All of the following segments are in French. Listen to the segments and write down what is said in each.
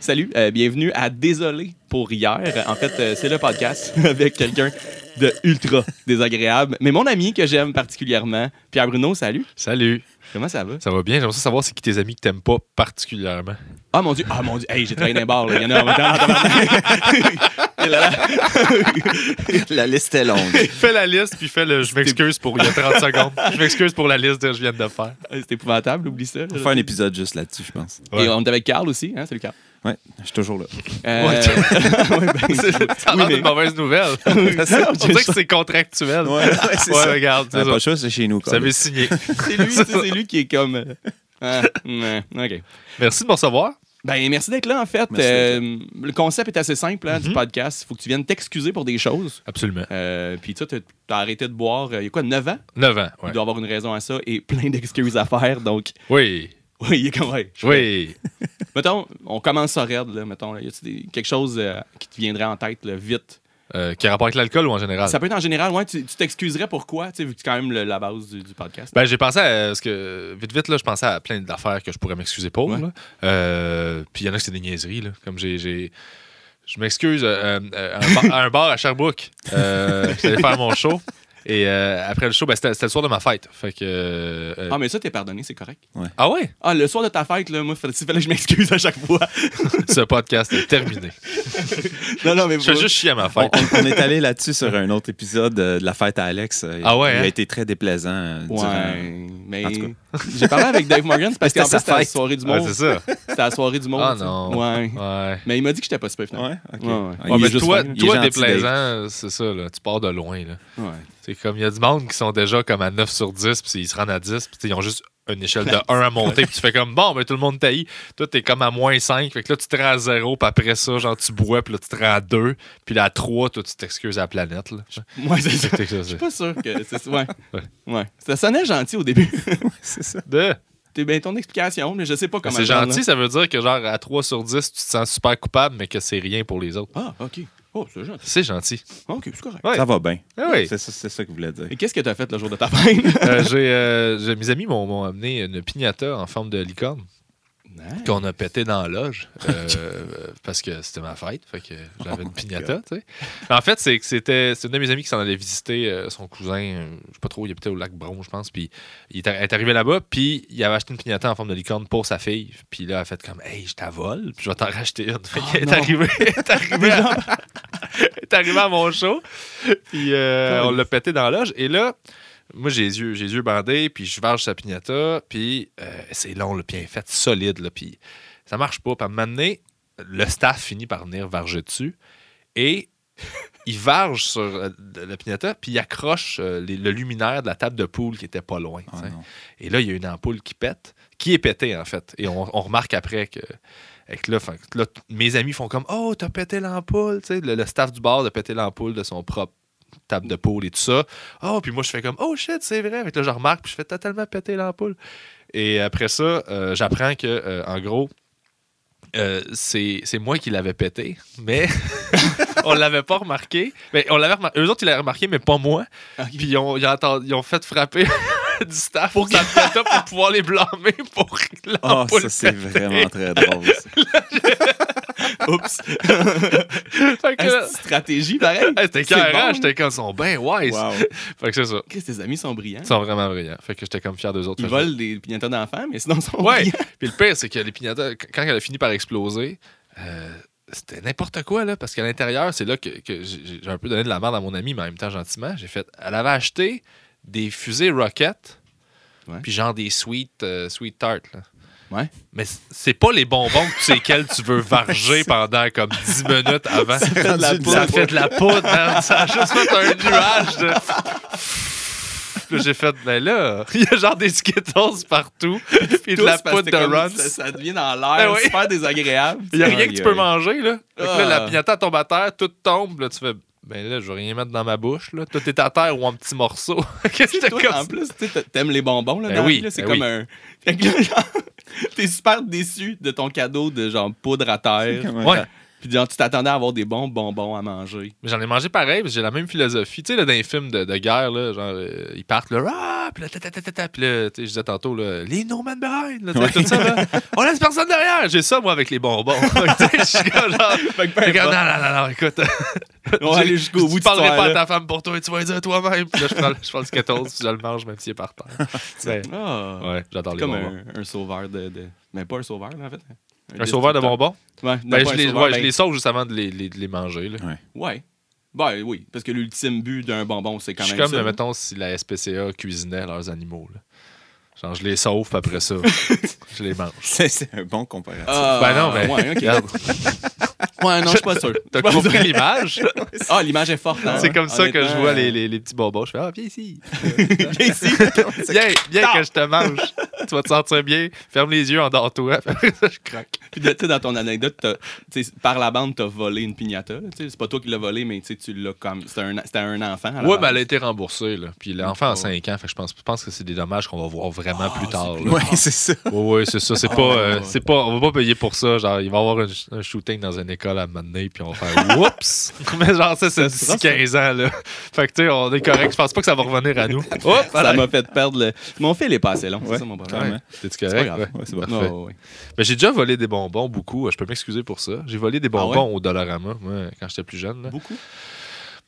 Salut, euh, bienvenue à Désolé pour hier. En fait, euh, c'est le podcast avec quelqu'un de ultra désagréable. Mais mon ami que j'aime particulièrement, Pierre Bruno, salut. Salut, Comment ça va? ça va bien? J'aimerais ça savoir c'est qui tes amis que t'aimes pas particulièrement. Ah mon dieu, ah mon dieu, hey, j'ai travaillé dans un bar, là. il y en a en même temps. en tabarnak. Et là, là. La liste est longue. Fais la liste, puis fais le je m'excuse pour il y a 30 secondes. Je m'excuse pour la liste que je viens de faire. ah, C'est épouvantable, oublie ça. On va faire un épisode juste là-dessus, je pense. Et on est avec Carl aussi, hein, salut Carl. Ouais, je suis toujours là. Euh, Ouais. ouais, ben, Ça a l'air oui, d'une mauvaise nouvelle. On dirait que c'est contractuel. Ouais, ouais, c'est ça. regarde, Ah, c'est pas ça. le choix, c'est chez nous. Vous avez signé. c'est lui, tu sais, c'est lui qui est comme. euh, ah, ouais, ok. Merci de me recevoir. Ben, merci d'être là, en fait. Merci d'être Mhm. Euh, le concept est assez simple hein, du podcast. Il faut que tu viennes t'excuser pour des choses. Absolument. Euh, Puis, tu sais, t'as- t'as arrêté de boire, euh, il y a quoi, 9 ans? 9 ans, Il ouais. doit avoir une raison à ça et plein d'excuses à faire. Donc, Oui, oui, il est comme, ouais, je- oui. Mettons, on commence ça raide, là. Mettons, là, y a-tu des- quelque chose euh, qui te viendrait en tête, là, vite? Euh, qui a rapport avec l'alcool ou en général? Ça peut être en général, ouais, tu tu t'excuserais pourquoi, tu sais, vu que c'est quand même le- la base du, du podcast. Ben, j'ai pensé à ce que. Vite, vite, là, je pensais à plein d'affaires que je pourrais m'excuser pour. Ouais. là. Euh, Puis il y en a que c'est des niaiseries, là. Comme j'ai. j'ai- Je m'excuse euh, euh, à, un bar, à un bar à Sherbrooke. Euh, J'allais faire mon show. Et euh, après le show, ben, c'était c'était le soir de ma fête. Fait que. euh, euh, Ah, mais ça, t'es pardonné, c'est correct. ah ouais? Ah, le soir de ta fête, là, moi, fallait, fallait que je m'excuse à chaque fois. Ce podcast est terminé. non, non, mais Je fais vous- juste chier à ma On, fête. on- on est allé là-dessus sur un autre épisode euh, de la fête à Alex. Euh, Ah ouais, Il hein? a été très déplaisant. euh, Ouais, durant- mais en tout j'ai parlé avec Dave Morgan c'est parce C'était qu'en fait, sa c'était la fête. soirée du Ouais, monde. c'est ça. c'était la soirée du monde. Ah tu sais. non. Ouais. Ouais. Mais il m'a dit que j'étais pas super finalement. Ouais, ok. Ah, Ouais, ouais. Il Ouais, est mais juste toi, fin. Il est toi gentil, Dave. déplaisant, c'est ça, là. Tu pars de loin, là. Ouais. C'est comme, il y a du monde qui sont déjà comme à 9 sur 10, puis ils se rendent à 10, puis ils ont juste une échelle de 1 à monter, puis tu fais comme, bon, mais tout le monde taillit. Toi, t'es comme à moins 5, fait que là, tu te rends à 0, puis après ça, genre, tu bois, puis là, tu te rends à 2, puis là, à 3, toi, tu t'excuses à la planète, là. Ouais, c'est ça. C'est que ça, Je suis c'est- pas sûr que. c'est- Ouais. Ouais. ouais. Ça sonnait gentil au début. C'est ça. Deux. T'es bien ton explication, mais je sais pas Mais comment. C'est le prendre, gentil, ça veut dire que, genre, à 3 sur 10, tu te sens super coupable, mais que c'est rien pour les autres. là. Ah, OK. Oh, c'est gentil. Ah, C'est gentil. OK, c'est correct. Ouais. Ça va bien. Ah oui. C'est ça, c'est ça que vous voulez dire. Et qu'est-ce que t'as fait le jour de ta fête? Euh, j'ai, euh, j'ai- mes amis m'ont, m'ont amené une piñata en forme de licorne qu'on a pété dans la loge euh, euh, parce que c'était ma fête. Fait que j'avais une piñata, tu sais. En fait, c'est que c'était c'est une de mes amies qui s'en allait visiter euh, son cousin, euh, je sais pas trop, il habitait au lac Bron, je pense. Puis il est, arri- elle est arrivé là-bas, puis il avait acheté une piñata en forme de licorne pour sa fille. Puis là, elle a fait comme Hey, je t'avole, puis je vais t'en racheter une. Fait qu'elle non. est arrivée. elle est arrivée à- elle est arrivée à mon show. Puis euh, on l'a pété dans la loge. Et là, moi, j'ai les yeux, j'ai les yeux bandés, puis je varge sa pignata, puis euh, c'est long, le puis elle est faite solide, là, puis ça marche pas. Puis à un moment donné, le staff finit par venir varger dessus, et il varge sur euh, la pignata, puis il accroche euh, les- le luminaire de la table de poule qui était pas loin. Ah, tu sais. non. Et là, il y a une ampoule qui pète, qui est pétée, en fait. Et on, on remarque après que. fait que là, fait que là, t- mes amis font comme Oh, t'as pété l'ampoule. Tu sais, le, le staff du bar a pété l'ampoule de son propre table de poule et tout ça. Oh, puis moi, je fais comme Oh shit, c'est vrai. Fait que là, je remarque, puis je fais T'as tellement pété l'ampoule. Et après ça, euh, j'apprends que, euh, en gros, euh, c'est c'est moi qui l'avais pété, mais on l'avait pas remarqué. Mais on l'avait remarqué. Eux autres, ils l'avaient remarqué, mais pas moi. Ok. Puis ils ont, ils ont atten- ils ont fait frapper du staff pour, sa piñata pour pouvoir les blâmer pour Ah, l'ampoule ça, c'est pétée. vraiment très drôle. ça. Oups. Fait que Hey, là, c'est une stratégie, pareil. hey, C'était C'est carré, bon. j'étais comme, ils sont bien wise. Wow. Fait que c'est ça. Chris, tes amis sont brillants. Ils sont vraiment brillants. Fait que j'étais comme fier d'eux autres. Ils Fait que- volent des pignotas d'enfants, mais sinon, ils sont Ouais. brillants. Puis le pire, c'est que les piñatas, qu- quand elle a fini par exploser, euh, c'était n'importe quoi, là, parce qu'à l'intérieur, c'est là que, que j'ai j'ai un peu donné de la merde à mon ami, mais en même temps, gentiment, j'ai fait. Elle avait acheté des fusées rocket, Ouais. puis genre des sweet, euh, sweet tart, là. Ouais. Mais c- c'est pas les bonbons que tu sais quels tu veux varger pendant comme 10 minutes avant. Ça fait de la poudre. fait de la poudre, man. Ça a juste fait un nuage de. Puis là, j'ai fait, ben là, il y a genre des Skittles partout, puis de la Tous, parce poudre que de comme Runs. Ça, ça devient dans l'air, Ben oui. super désagréable. Il n'y a Aïe, rien que tu peux aïe. manger, là. Fait que là, Ah. la pignata tombe à terre, tout tombe. Là, tu fais, ben là, je vais rien mettre dans ma bouche, là. Tout est à terre ou en petits morceaux. Qu'est-ce que j'étais Toi, comme en ça? plus, tu sais, t'aimes les bonbons, là, Ben dans la oui, vie, là, c'est ben comme oui. un... Fait que là, genre, t'es super déçu de ton cadeau de, genre, poudre à terre. Comme un- Ouais. Puis genre, tu t'attendais à avoir des bons bonbons à manger. Mais j'en ai mangé pareil, parce que j'ai la même philosophie. Tu sais, là, dans les films de, de guerre, là, genre, euh, ils partent, là, ah, puis là, ta, ta, ta, ta, ta, puis là, tu sais, je disais tantôt, là, les no man behind, là, tu sais, Ouais. tout ça, là. On laisse personne derrière. J'ai ça, moi, avec les bonbons. Tu sais, je suis comme genre, Fait que peu je suis importe. comme, non, non, non, non, écoute, On va j'ai- aller jusqu'au bout tu de cette parlerai pas à histoire-là. ta femme pour toi et tu vas le dire toi-même. Puis là, je prends, je prends le Skittles, puis je le mange, même s'il est par terre. Ouais, Ah. ouais, j'adore les comme bonbons. un, un sauveur de, de- Mais pas un sauveur, là, en fait. Un, sauveur de bonbons? Ouais, non, pas Ben, je un les, sauveur, ouais, je ben, les sauve juste avant de les, les- de les manger. Là. Ouais. Ben oui, parce que l'ultime but d'un bonbon, c'est Je quand suis même comme, ça. mettons, si la SPCA cuisinait leurs animaux. là. Genre, je les sauve, puis après ça, je les mange. C'est c'est un bon comparatif. Ah, Ben non, mais Ouais, ok. regarde, Ouais, non, je suis pas sûr. t'as compris l'image. Ah, l'image est forte. hein. C'est comme ça que je Honnêtement, vois les, les- les petits bonbons. Je fais, ah, viens ici. Viens ici. Viens, viens que je te mange. Tu vas te sentir bien. Ferme les yeux, endors-toi. Puis après ça, je croque. Puis, de- tu sais, dans ton anecdote, t'as- tu sais, par la bande, t'as volé une piñata. là, tu sais. C'est pas toi qui l'as volé, mais tu sais, tu l'as comme. C'était un, c'était un enfant. à la Ouais, base. ben, mais elle a été remboursée. Là. Puis l'enfant a Oh. 5 ans. Fait que je pense, je pense que c'est des dommages qu'on va voir vraiment Ah, plus tard. c'est là. plus- Oui, c'est ça. Oui, oui, c'est ça. C'est pas, euh, ouais. c'est pas, on va pas payer pour ça. Genre, il va y avoir un, sh- un shooting dans une école à un moment donné, puis on va faire oups. Mais genre, ça, c'est sera d'ici 15 ans, là. Fait que, tu sais, on est correct. Je pense pas que ça va revenir à nous. Oups, Ça m'a fait perdre le. Mon fil est passé long, c'est Ouais, ça mon quand problème. même. T'es-tu pas correct? grave. Ouais. Ouais, c'est bon. Ouais, Parfait. ouais, ouais. Mais j'ai déjà volé des bonbons beaucoup. euh, Je peux m'excuser pour ça. J'ai volé des Ah bonbons au Dollarama, moi, quand j'étais plus jeune. là. Beaucoup.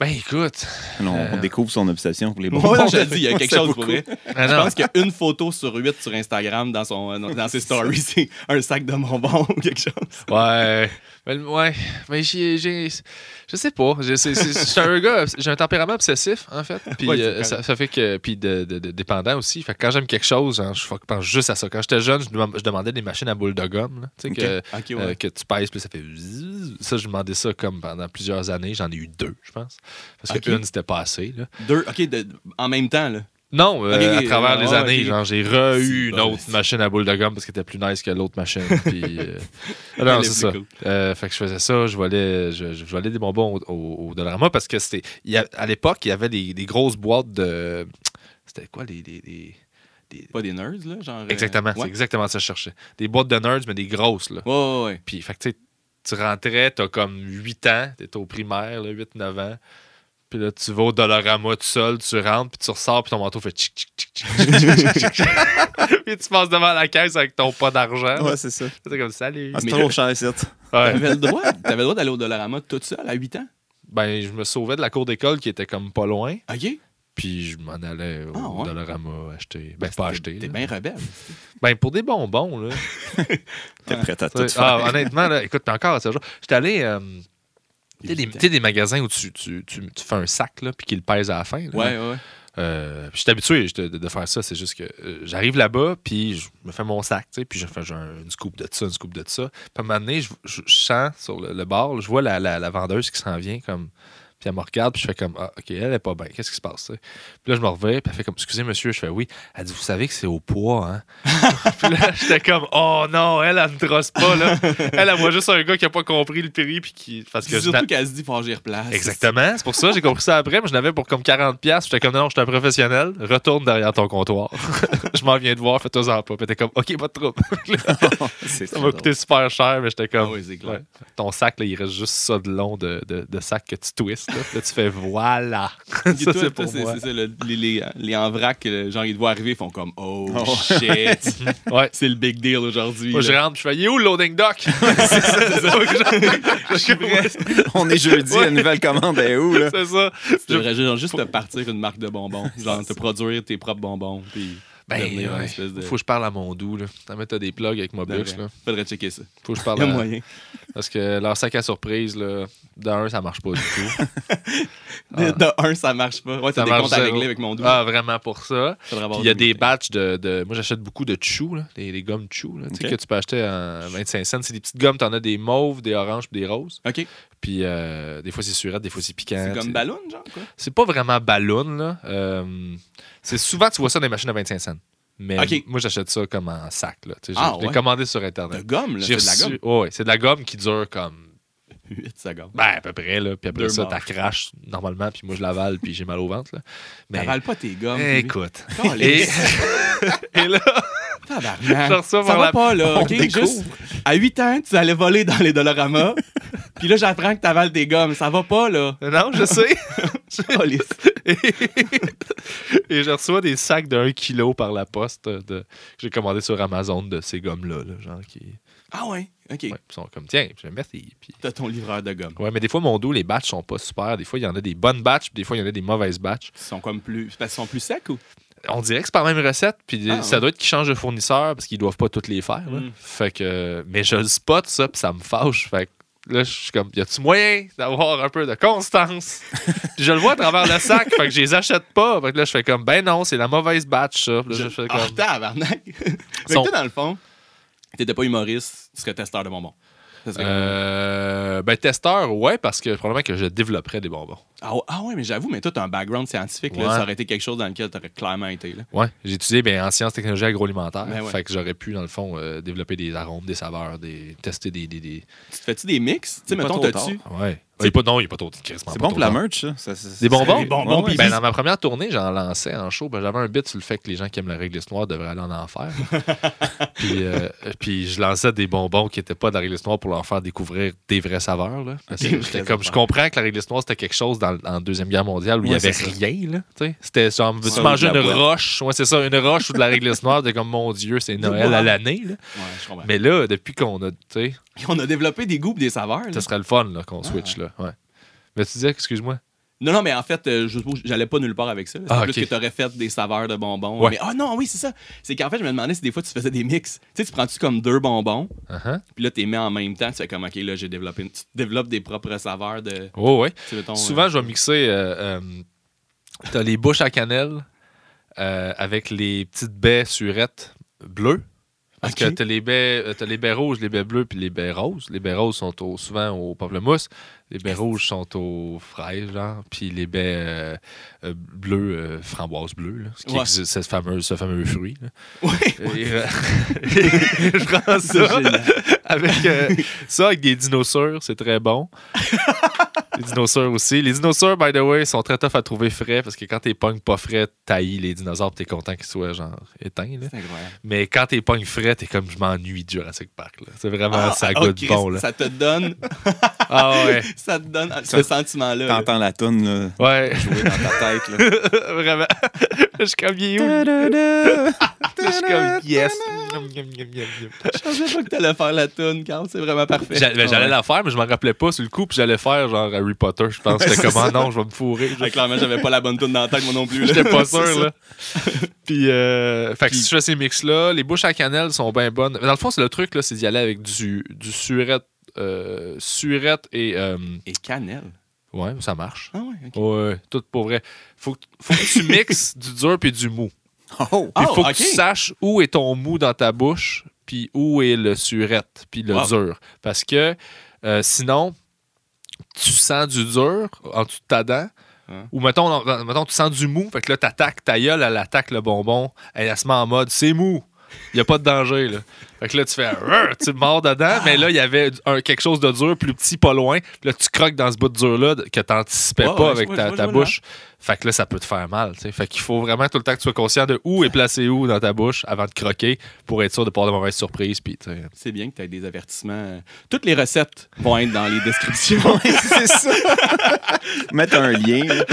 Ben, écoute. Non, on Euh, découvre son obsession pour les Bon, bonbons. je te le dis, il y a quelque C'est chose pour beaucoup. vrai. Ah Je non. pense qu'une photo sur huit sur Instagram dans, son, dans ses stories, c'est un sac de bonbons ou quelque chose. Ouais. Mais, le- ouais. Mais j'ai, j'ai- Je sais pas. J'ai, c'est- c'est- je suis un gars. obs- J'ai un tempérament obsessif, en fait. Puis Ouais, c'est euh, correct. ça, ça fait que. Puis de, de- de- dépendant aussi. Fait que quand j'aime quelque chose, genre, je fuck- pense juste à ça. Quand j'étais jeune, je, dem- je demandais des machines à boules de gomme. là. Tu sais, Ok. que, Ok, ouais. euh, que tu pèses, puis ça fait. zzzz. Ça, je demandais ça comme pendant plusieurs années. J'en ai eu deux, je pense. Parce que Ok. une, c'était pas assez. là. Deux, ok, de- en même temps, là. Non, euh, Ok, ok, à travers euh, les ouais, années, ok. genre j'ai re-eu C'est une bon, autre c'est- machine à boule de gomme parce qu'elle était plus nice que l'autre machine. puis, euh, ah Elle Non, est c'est plus ça. cool. Euh, fait que je faisais ça, je volais, je, je volais des bonbons au, au, au Dollarama parce que c'était. il y a- À l'époque, il y avait des, des grosses boîtes de. C'était quoi les. les- les- des- Pas des nerds, là, genre. euh, Exactement, c'est Ouais, exactement ça que je cherchais. Des boîtes de nerds, mais des grosses, là. ouais, ouais. ouais. Puis, fait que, tu sais, tu rentrais, t'as comme 8 ans, t'es au primaire, 8-9 ans. Puis là, tu vas au Dollarama tout seul, tu rentres, puis tu ressors, puis ton manteau fait tchic, tchic, tchic, tchic, tchic, tchic, tchic, tchic. Puis tu passes devant la caisse avec ton pas d'argent. Ouais, c'est ça. C'est comme salut. Ah, c'est Mais- trop cher, ça. Ouais. T'avais le droit, t'avais le droit d'aller au Dollarama toute seule à 8 ans? Ben, je me sauvais de la cour d'école qui était comme pas loin, Ok. puis je m'en allais au Ah, ouais. Dollarama acheter. Ben, pas acheter. T'es là. bien rebelle. Ben, pour des bonbons, là. T'es Ouais. prête à Tu tout sais, faire. ah, honnêtement, là, écoute, puis encore à ce jour, j'étais allé. euh, tu sais, des- Évident. tu sais, des magasins où tu, tu, tu- tu fais un sac, là, puis qu'ils le pèsent à la fin. là. Ouais, ouais. Euh, puis je suis habitué j'étais- de, de faire ça. C'est juste que euh, j'arrive là-bas, puis je me fais mon sac, tu sais, puis je fais genre une scoop de ça, une scoop de ça. Puis à un moment donné, je, je- je sens sur le, le bar, là, je vois la, la- la vendeuse qui s'en vient, comme. Puis elle me regarde, puis je fais comme, ah, OK, elle est pas bien, qu'est-ce qui se passe? tu sais? Puis là, je me reviens, puis elle fait comme, excusez monsieur, je fais oui. Elle dit, vous savez que c'est au poids, hein? puis là, j'étais comme, oh non, elle, elle me trosse pas, là. Elle, elle voit juste un gars qui a pas compris le prix, puis qui. Parce que Puis je surtout qu'elle se dit, faut que j'y replace. Exactement. Ah, C'est pour ça, j'ai compris ça après, mais je l'avais pour comme 40$. piastres. J'étais comme, non, je suis un professionnel. Retourne derrière ton comptoir. je m'en viens de voir, fais-toi-en pas. Puis t'es comme, OK, pas de trouble. C'est ça très m'a drôle. coûté super cher, mais j'étais Ah comme, oui, c'est clair. Ouais. ton sac, là, il reste juste ça de long de, de, de sac que tu twists. Là, Puis là, tu fais, voilà. ça, Et toi, c'est toi, pour moi. c'est ça, le- les, les, les en vrac, euh, genre, ils te voient arriver, ils font comme, oh, Oh. shit. Ouais. c'est le big deal aujourd'hui. Moi, je là. rentre, puis je fais, il est où le loading dock? c'est ça. Faut que je- je suis prêt. On est jeudi, Ouais. la nouvelle commande est où, là? C'est ça. Tu devrais genre juste te partir une marque de bonbons. Genre, te produire tes propres bonbons. Puis Ben, devenir une ouais. espèce de- Faut que je parle à mon doux, là. T'as mis, t'as des plugs avec Mobux, Devrait. là. Ah, ben, Faudrait checker ça. Faut que Il je y parle a à... moyen. Parce que leur sac à surprise, là, d'un, ça marche pas du tout. De, de un, ça marche pas. Ouais, ah. Ça t'as des marche comptes à zéro. régler avec mon doux. Ah, ah, vraiment pour ça. Faudrait Puis avoir il y a du- des batchs de. de- moi, j'achète beaucoup de chou, là, des, des gommes chou, là, tu sais, Ok. que tu peux acheter à 25 cents. C'est des petites gommes, t'en as des mauves, des oranges, puis des roses. OK. Puis euh, des fois, c'est surette, des fois, c'est piquant. C'est C'est- comme ballon, genre, quoi. C'est pas vraiment ballon, là. Euh, c'est souvent, tu vois ça dans les machines à 25 cents. Mais Ok. moi, j'achète ça comme en sac, là. Tu sais, Ah, je je l'ai ouais. commandé sur De Internet. gomme, là. J'ai C'est de la reçu- gomme. ouais, c'est de la gomme qui dure comme 8 secondes. Ben, à peu près, là. Puis après Deux ça, marches. t'as crache normalement, puis moi, je l'avale, puis j'ai mal au ventre, là. Mais T'avales pas tes gommes. ben, écoute. Lui. Et, et là, Tabarnak. Je reçois Ça par va la- pas, là. On OK, juste. À 8 ans, tu allais voler dans les Dollarama. Puis là, j'apprends que t'avales des gommes. Ça va pas, là. Non, je sais. Police. Et je reçois des sacs d'un kilo par la poste euh, de, que j'ai commandé sur Amazon de ces gommes-là. là, genre qui ah ouais, OK. ouais, sont comme, tiens, je vais mettre les- puis- T'as ton livreur de gommes. Ouais, mais des fois, mon dos, les batchs sont pas super. Des fois, il y en a des bonnes batchs, puis des fois, il y en a des mauvaises batchs. Ils sont comme plus... Parce qu'ils sont plus secs ou? On dirait que c'est pas la même recette, puis Ah, ça ouais. doit être qu'ils changent de fournisseur parce qu'ils doivent pas toutes les faire. là. Mm. Fait que, mais je le spot ça, puis ça me fâche. Fait que là, je suis comme, y a-tu moyen d'avoir un peu de constance? puis je le vois à travers le sac, fait que je les achète pas. Fait que là, je fais comme, ben non, c'est la mauvaise batch, ça. Puis là, je fais comme, Ah, tabarnak! Fait que Sont- toi, dans le fond, t'étais pas humoriste, tu serais testeur de bonbons. Ça serait comme- Euh, ben, testeur, ouais, parce que probablement que je développerais des bonbons. Ah, ouais- ah ouais, mais j'avoue, mais toi, t'as un background scientifique, là, Ouais. ça aurait été quelque chose dans lequel t'aurais clairement été. Là. Ouais, j'ai étudié ben, en sciences, technologies agroalimentaires. Ben ouais. Fait que j'aurais pu, dans le fond, euh, développer des arômes, des saveurs, des... tester des. des, des- Tu te fais-tu des mix? Tu sais, Pas mettons, trop t'as-tu... Ouais. Il est pas... Non, il n'est pas trop. quasiment pas C'est bon trop pour la tard. merch, ça. Ça, ça- Des ça- bonbons? Ouais, bonbons, ouais. pis- Ben, dans ma première tournée, j'en lançais en show. Ben, J'avais un bit sur le fait que les gens qui aiment la réglisse noire devraient aller en enfer. puis, euh, puis je lançais des bonbons qui n'étaient pas de la réglisse noire pour leur faire découvrir des vraies saveurs. Là. Parce que Des j'étais vraies comme, je affaires. comprends que la réglisse noire, c'était quelque chose dans, en Deuxième Guerre mondiale où il n'y Ouais, avait c'est ça. rien. là. Tu sais, C'était genre, veux-tu Ouais, ou manger de une la boîte. roche? Ouais, c'est ça, une roche ou de la réglisse noire. T'es comme, mon Dieu, c'est Noël à boîte. l'année. là. Ouais, je comprends. Mais là, depuis qu'on a. tu sais, Et On a développé des goûts pis des saveurs. là. Ça serait le fun là, qu'on Ah. switch. Là. Ouais. Mais tu disais, excuse-moi. Non, non, mais en fait, euh, je suppose que j'allais pas nulle part avec ça. là. C'est Ah, plus ok. que t'aurais fait des saveurs de bonbons. Ouais. Mais ah non, oui, c'est ça. C'est qu'en fait, je me demandais si des fois tu faisais des mix. Tu sais, tu prends-tu comme deux bonbons, Uh-huh. puis là, tu les mets en même temps. Tu fais comme, OK, là, j'ai développé... une- Tu développes des propres saveurs de... Oh, ouais. tu sais, mettons, Souvent, euh, je vais mixer. euh, euh, T'as les bouches à cannelle euh, avec les petites baies surettes bleues. Parce Ok. que t'as les, baies, euh, t'as les baies rouges, les baies bleues, puis les baies roses. Les baies roses sont au- souvent aux pamplemousses. Les baies rouges sont aux fraises, genre. Puis les baies euh, euh, bleues, euh, framboises bleues, là, ce qui Ouais. existe, cette fameuse, ce fameux fruit. là. Ouais. Et, euh, je prends C'est ça génial. avec euh, ça avec des dinosaures, c'est très bon. les dinosaures aussi. Les dinosaures, by the way, sont très tough à trouver frais parce que quand t'es pognes pas frais, taillis les dinosaures, pis t'es content qu'ils soient genre éteints. là. C'est incroyable. Mais quand t'es pognes frais, t'es comme je m'ennuie du Jurassic Park. là. C'est vraiment Ah, ça ah, goûte ok, bon là. Ça te donne, Ah ouais. ça te donne ah, ce Ça- sentiment-là. ben, là. T'entends la toune là, Ouais, jouer dans ta tête. Là. vraiment. Je suis comme il est où? Je suis comme yes. Miam, miam, miam, miam, miam. Je pensais pas que t'allais faire la toune, Carl. C'est vraiment parfait. J'a- ben, J'allais Ouais. la faire, mais je m'en rappelais pas sur le coup, puis j'allais faire genre Harry Potter. Je pense que c'était comment non, je vais me fourrer. Ouais, clairement, j'avais pas la bonne toune dans la tête, moi non plus. là. J'étais pas C'est ça. sûr, là. Puis, euh, fait que Puis- si je fais ces mix-là, les bouches à cannelle sont bien bonnes. Dans le fond, c'est le truc, là, c'est d'y aller avec du, du surette, euh, surette et. euh, Et cannelle. ouais, ça marche. Ah ouais, ok. Ouais, tout pour vrai. Faut que, faut que tu mixes du dur puis du mou. Oh! Puis, Oh, faut que ok. tu saches où est ton mou dans ta bouche, puis où est le surette, puis le Wow. dur. Parce que euh, sinon, tu sens du dur en dessous de ta dent. Hein. Ou mettons, non, non, mettons, tu sens du mou, fait que là, t'attaques ta gueule, elle attaque le bonbon, elle, elle se met en mode c'est mou, il n'y a pas de danger. Là. Fait que là, tu fais Rrr tu mords dedans, mais là, il y avait un, quelque chose de dur, plus petit, pas loin, puis là, tu croques dans ce bout de dur-là de- que t'anticipais Ouais, pas ouais, je avec vois, ta, je vois, ta je vois, bouche. Fait que là, ça peut te faire mal. tu sais. Fait qu'il faut vraiment tout le temps que tu sois conscient de où est placé où dans ta bouche avant de croquer pour être sûr de pas avoir de mauvaise surprise. Puis, tu sais. C'est bien que tu aies des avertissements. euh, Toutes les recettes vont être dans les descriptions c'est ça! Mettre un lien. là.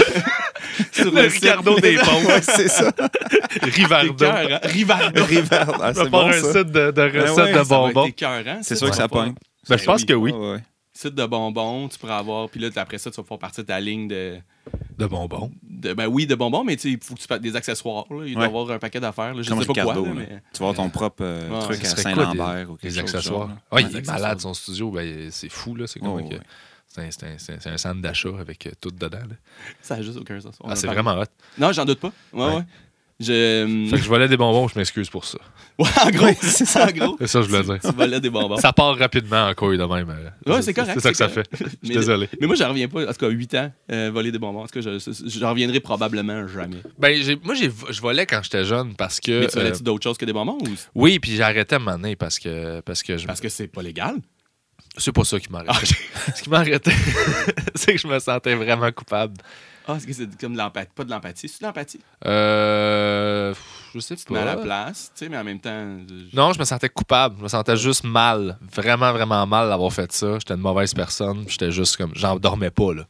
sur Le le site. Ricardo des ponts. Ouais, c'est ça. T'es Rivardo. cœur, hein? Rivardo. River. Ah, Je vais c'est faire bon, un ça. site de, de recettes ouais, de Ben Ça va être bonbons. écœurant, C'est sûr que va ça pas- pogne. Ben, je pense que oui. Ouais, ouais. Site de bonbons, tu pourras avoir. Puis là, après ça, tu vas pouvoir partir de ta ligne de. De bonbons. de- ben oui, de bonbons, mais tu sais, il faut que tu fasses des accessoires. là. Il doit y Ouais. avoir un paquet d'affaires. là. Je Comme sais pas Ricardo, quoi. là, là. mais- Tu vas avoir ton propre euh, Ouais, truc ça à serait quoi, Saint-Lambert ou quelque Les chose du accessoires. genre. Ah, il Ouais, est des malade accessoires. son studio. Ben, c'est fou, là. C'est Oh, comme Ouais, avec, ouais. euh, c'est un- c'est un- c'est un- c'est un centre d'achat avec euh, tout dedans. là. Ça a juste aucun sens. On en Ah, c'est parle. vraiment hot. Non, j'en doute pas. Ouais, ouais. Ouais. Je. Fait que je volais des bonbons, je m'excuse pour ça. Ouais, en gros, c'est ça, en gros. C'est ça que je voulais dire. Tu volais des bonbons. Ça part rapidement en couille de même. euh. Ouais, c'est correct, C'est ça que c'est ça fait. Je Mais- ben, suis désolé. Mais moi, j'en reviens pas. En tout cas, 8 ans, euh, voler des bonbons. En tout cas, je- je- j'en reviendrai probablement jamais. Ben, j'ai- moi, j'ai- je volais quand j'étais jeune parce que. Mais tu euh, volais-tu d'autres choses que des bonbons ou oui, puis j'arrêtais à un moment donné parce que, parce que je. parce que c'est pas légal? C'est pas ça qui m'arrêtait. Ah, ok. Ce qui m'arrêtait, c'est que je me sentais vraiment coupable. Ah, est-ce que c'est comme de l'empathie? Pas de l'empathie, c'est de l'empathie. Euh, pff, Je sais Mais à la pas. place, tu sais, mais en même temps. je- Non, je me sentais coupable. Je me sentais juste mal. Vraiment, vraiment mal d'avoir fait ça. J'étais une mauvaise personne. puis J'étais juste comme. J'en dormais pas, là.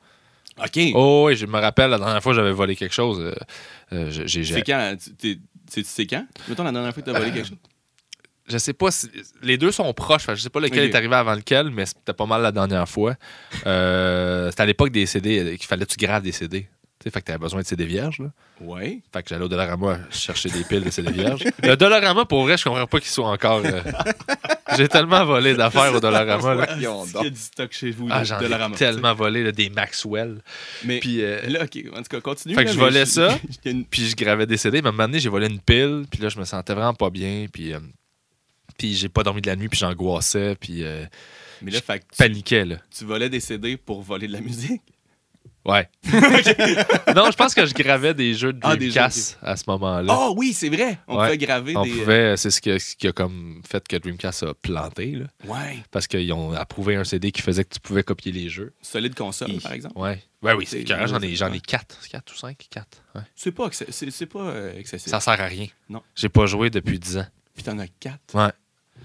OK. Oh, oui, je me rappelle, la dernière fois, j'avais volé quelque chose. euh, euh, j'ai- j'ai- c'est quand? la- tu- t'es- C'est c'est quand? Mettons la dernière fois que t'as volé quelque chose. je sais pas si. Les deux sont proches. fait que Je sais pas lequel Ok. est arrivé avant lequel, mais c'était pas mal la dernière fois. Euh, c'était à l'époque des CD, euh, qu'il fallait que tu graves des CD. Tu sais, fait que t'avais besoin de CD vierges, là. Euh, Ouais. Fait que j'allais au Dollarama chercher des piles de CD vierges. Le Dollarama, pour vrai, je comprends pas qu'il soit encore. euh, J'ai tellement volé d'affaires au Dollarama, là. Voyons Est-ce Ah, qu'il y a donc. du stock chez vous Ah, de- j'en de la ai ramasse? tellement volé, là, des Maxwell. Mais Puis, euh, là, OK, en tout cas, continue. Fait que là, je mais volais ça. il y a une- puis je gravais des CD. Mais à un moment donné, j'ai volé une pile, puis là, je me sentais vraiment pas bien, puis, euh, puis j'ai pas dormi de la nuit, puis j'angoissais, puis euh, Mais là, fait que tu- paniquais, là. tu volais des CD pour voler de la musique. Ouais. non, je pense que je gravais des jeux de Ah, des Dreamcast à ce moment-là. Ah oui, c'est vrai! On Ouais. pouvait graver On des. pouvait, euh, c'est ce, que- ce qui a comme fait que Dreamcast a planté, là, euh, Ouais. parce qu'ils ont approuvé un CD qui faisait que tu pouvais copier les jeux. Solide console, Hi. par exemple. Ouais. Ouais, oui, c'est C'est- carré, j'en ai, j'en ai quatre. Quatre ou cinq? Quatre. Ouais. C'est pas, acce- c'est c'est pas euh, excessif. Ça sert à rien. Non. J'ai pas joué depuis 10 ans. Puis t'en as quatre. Ouais.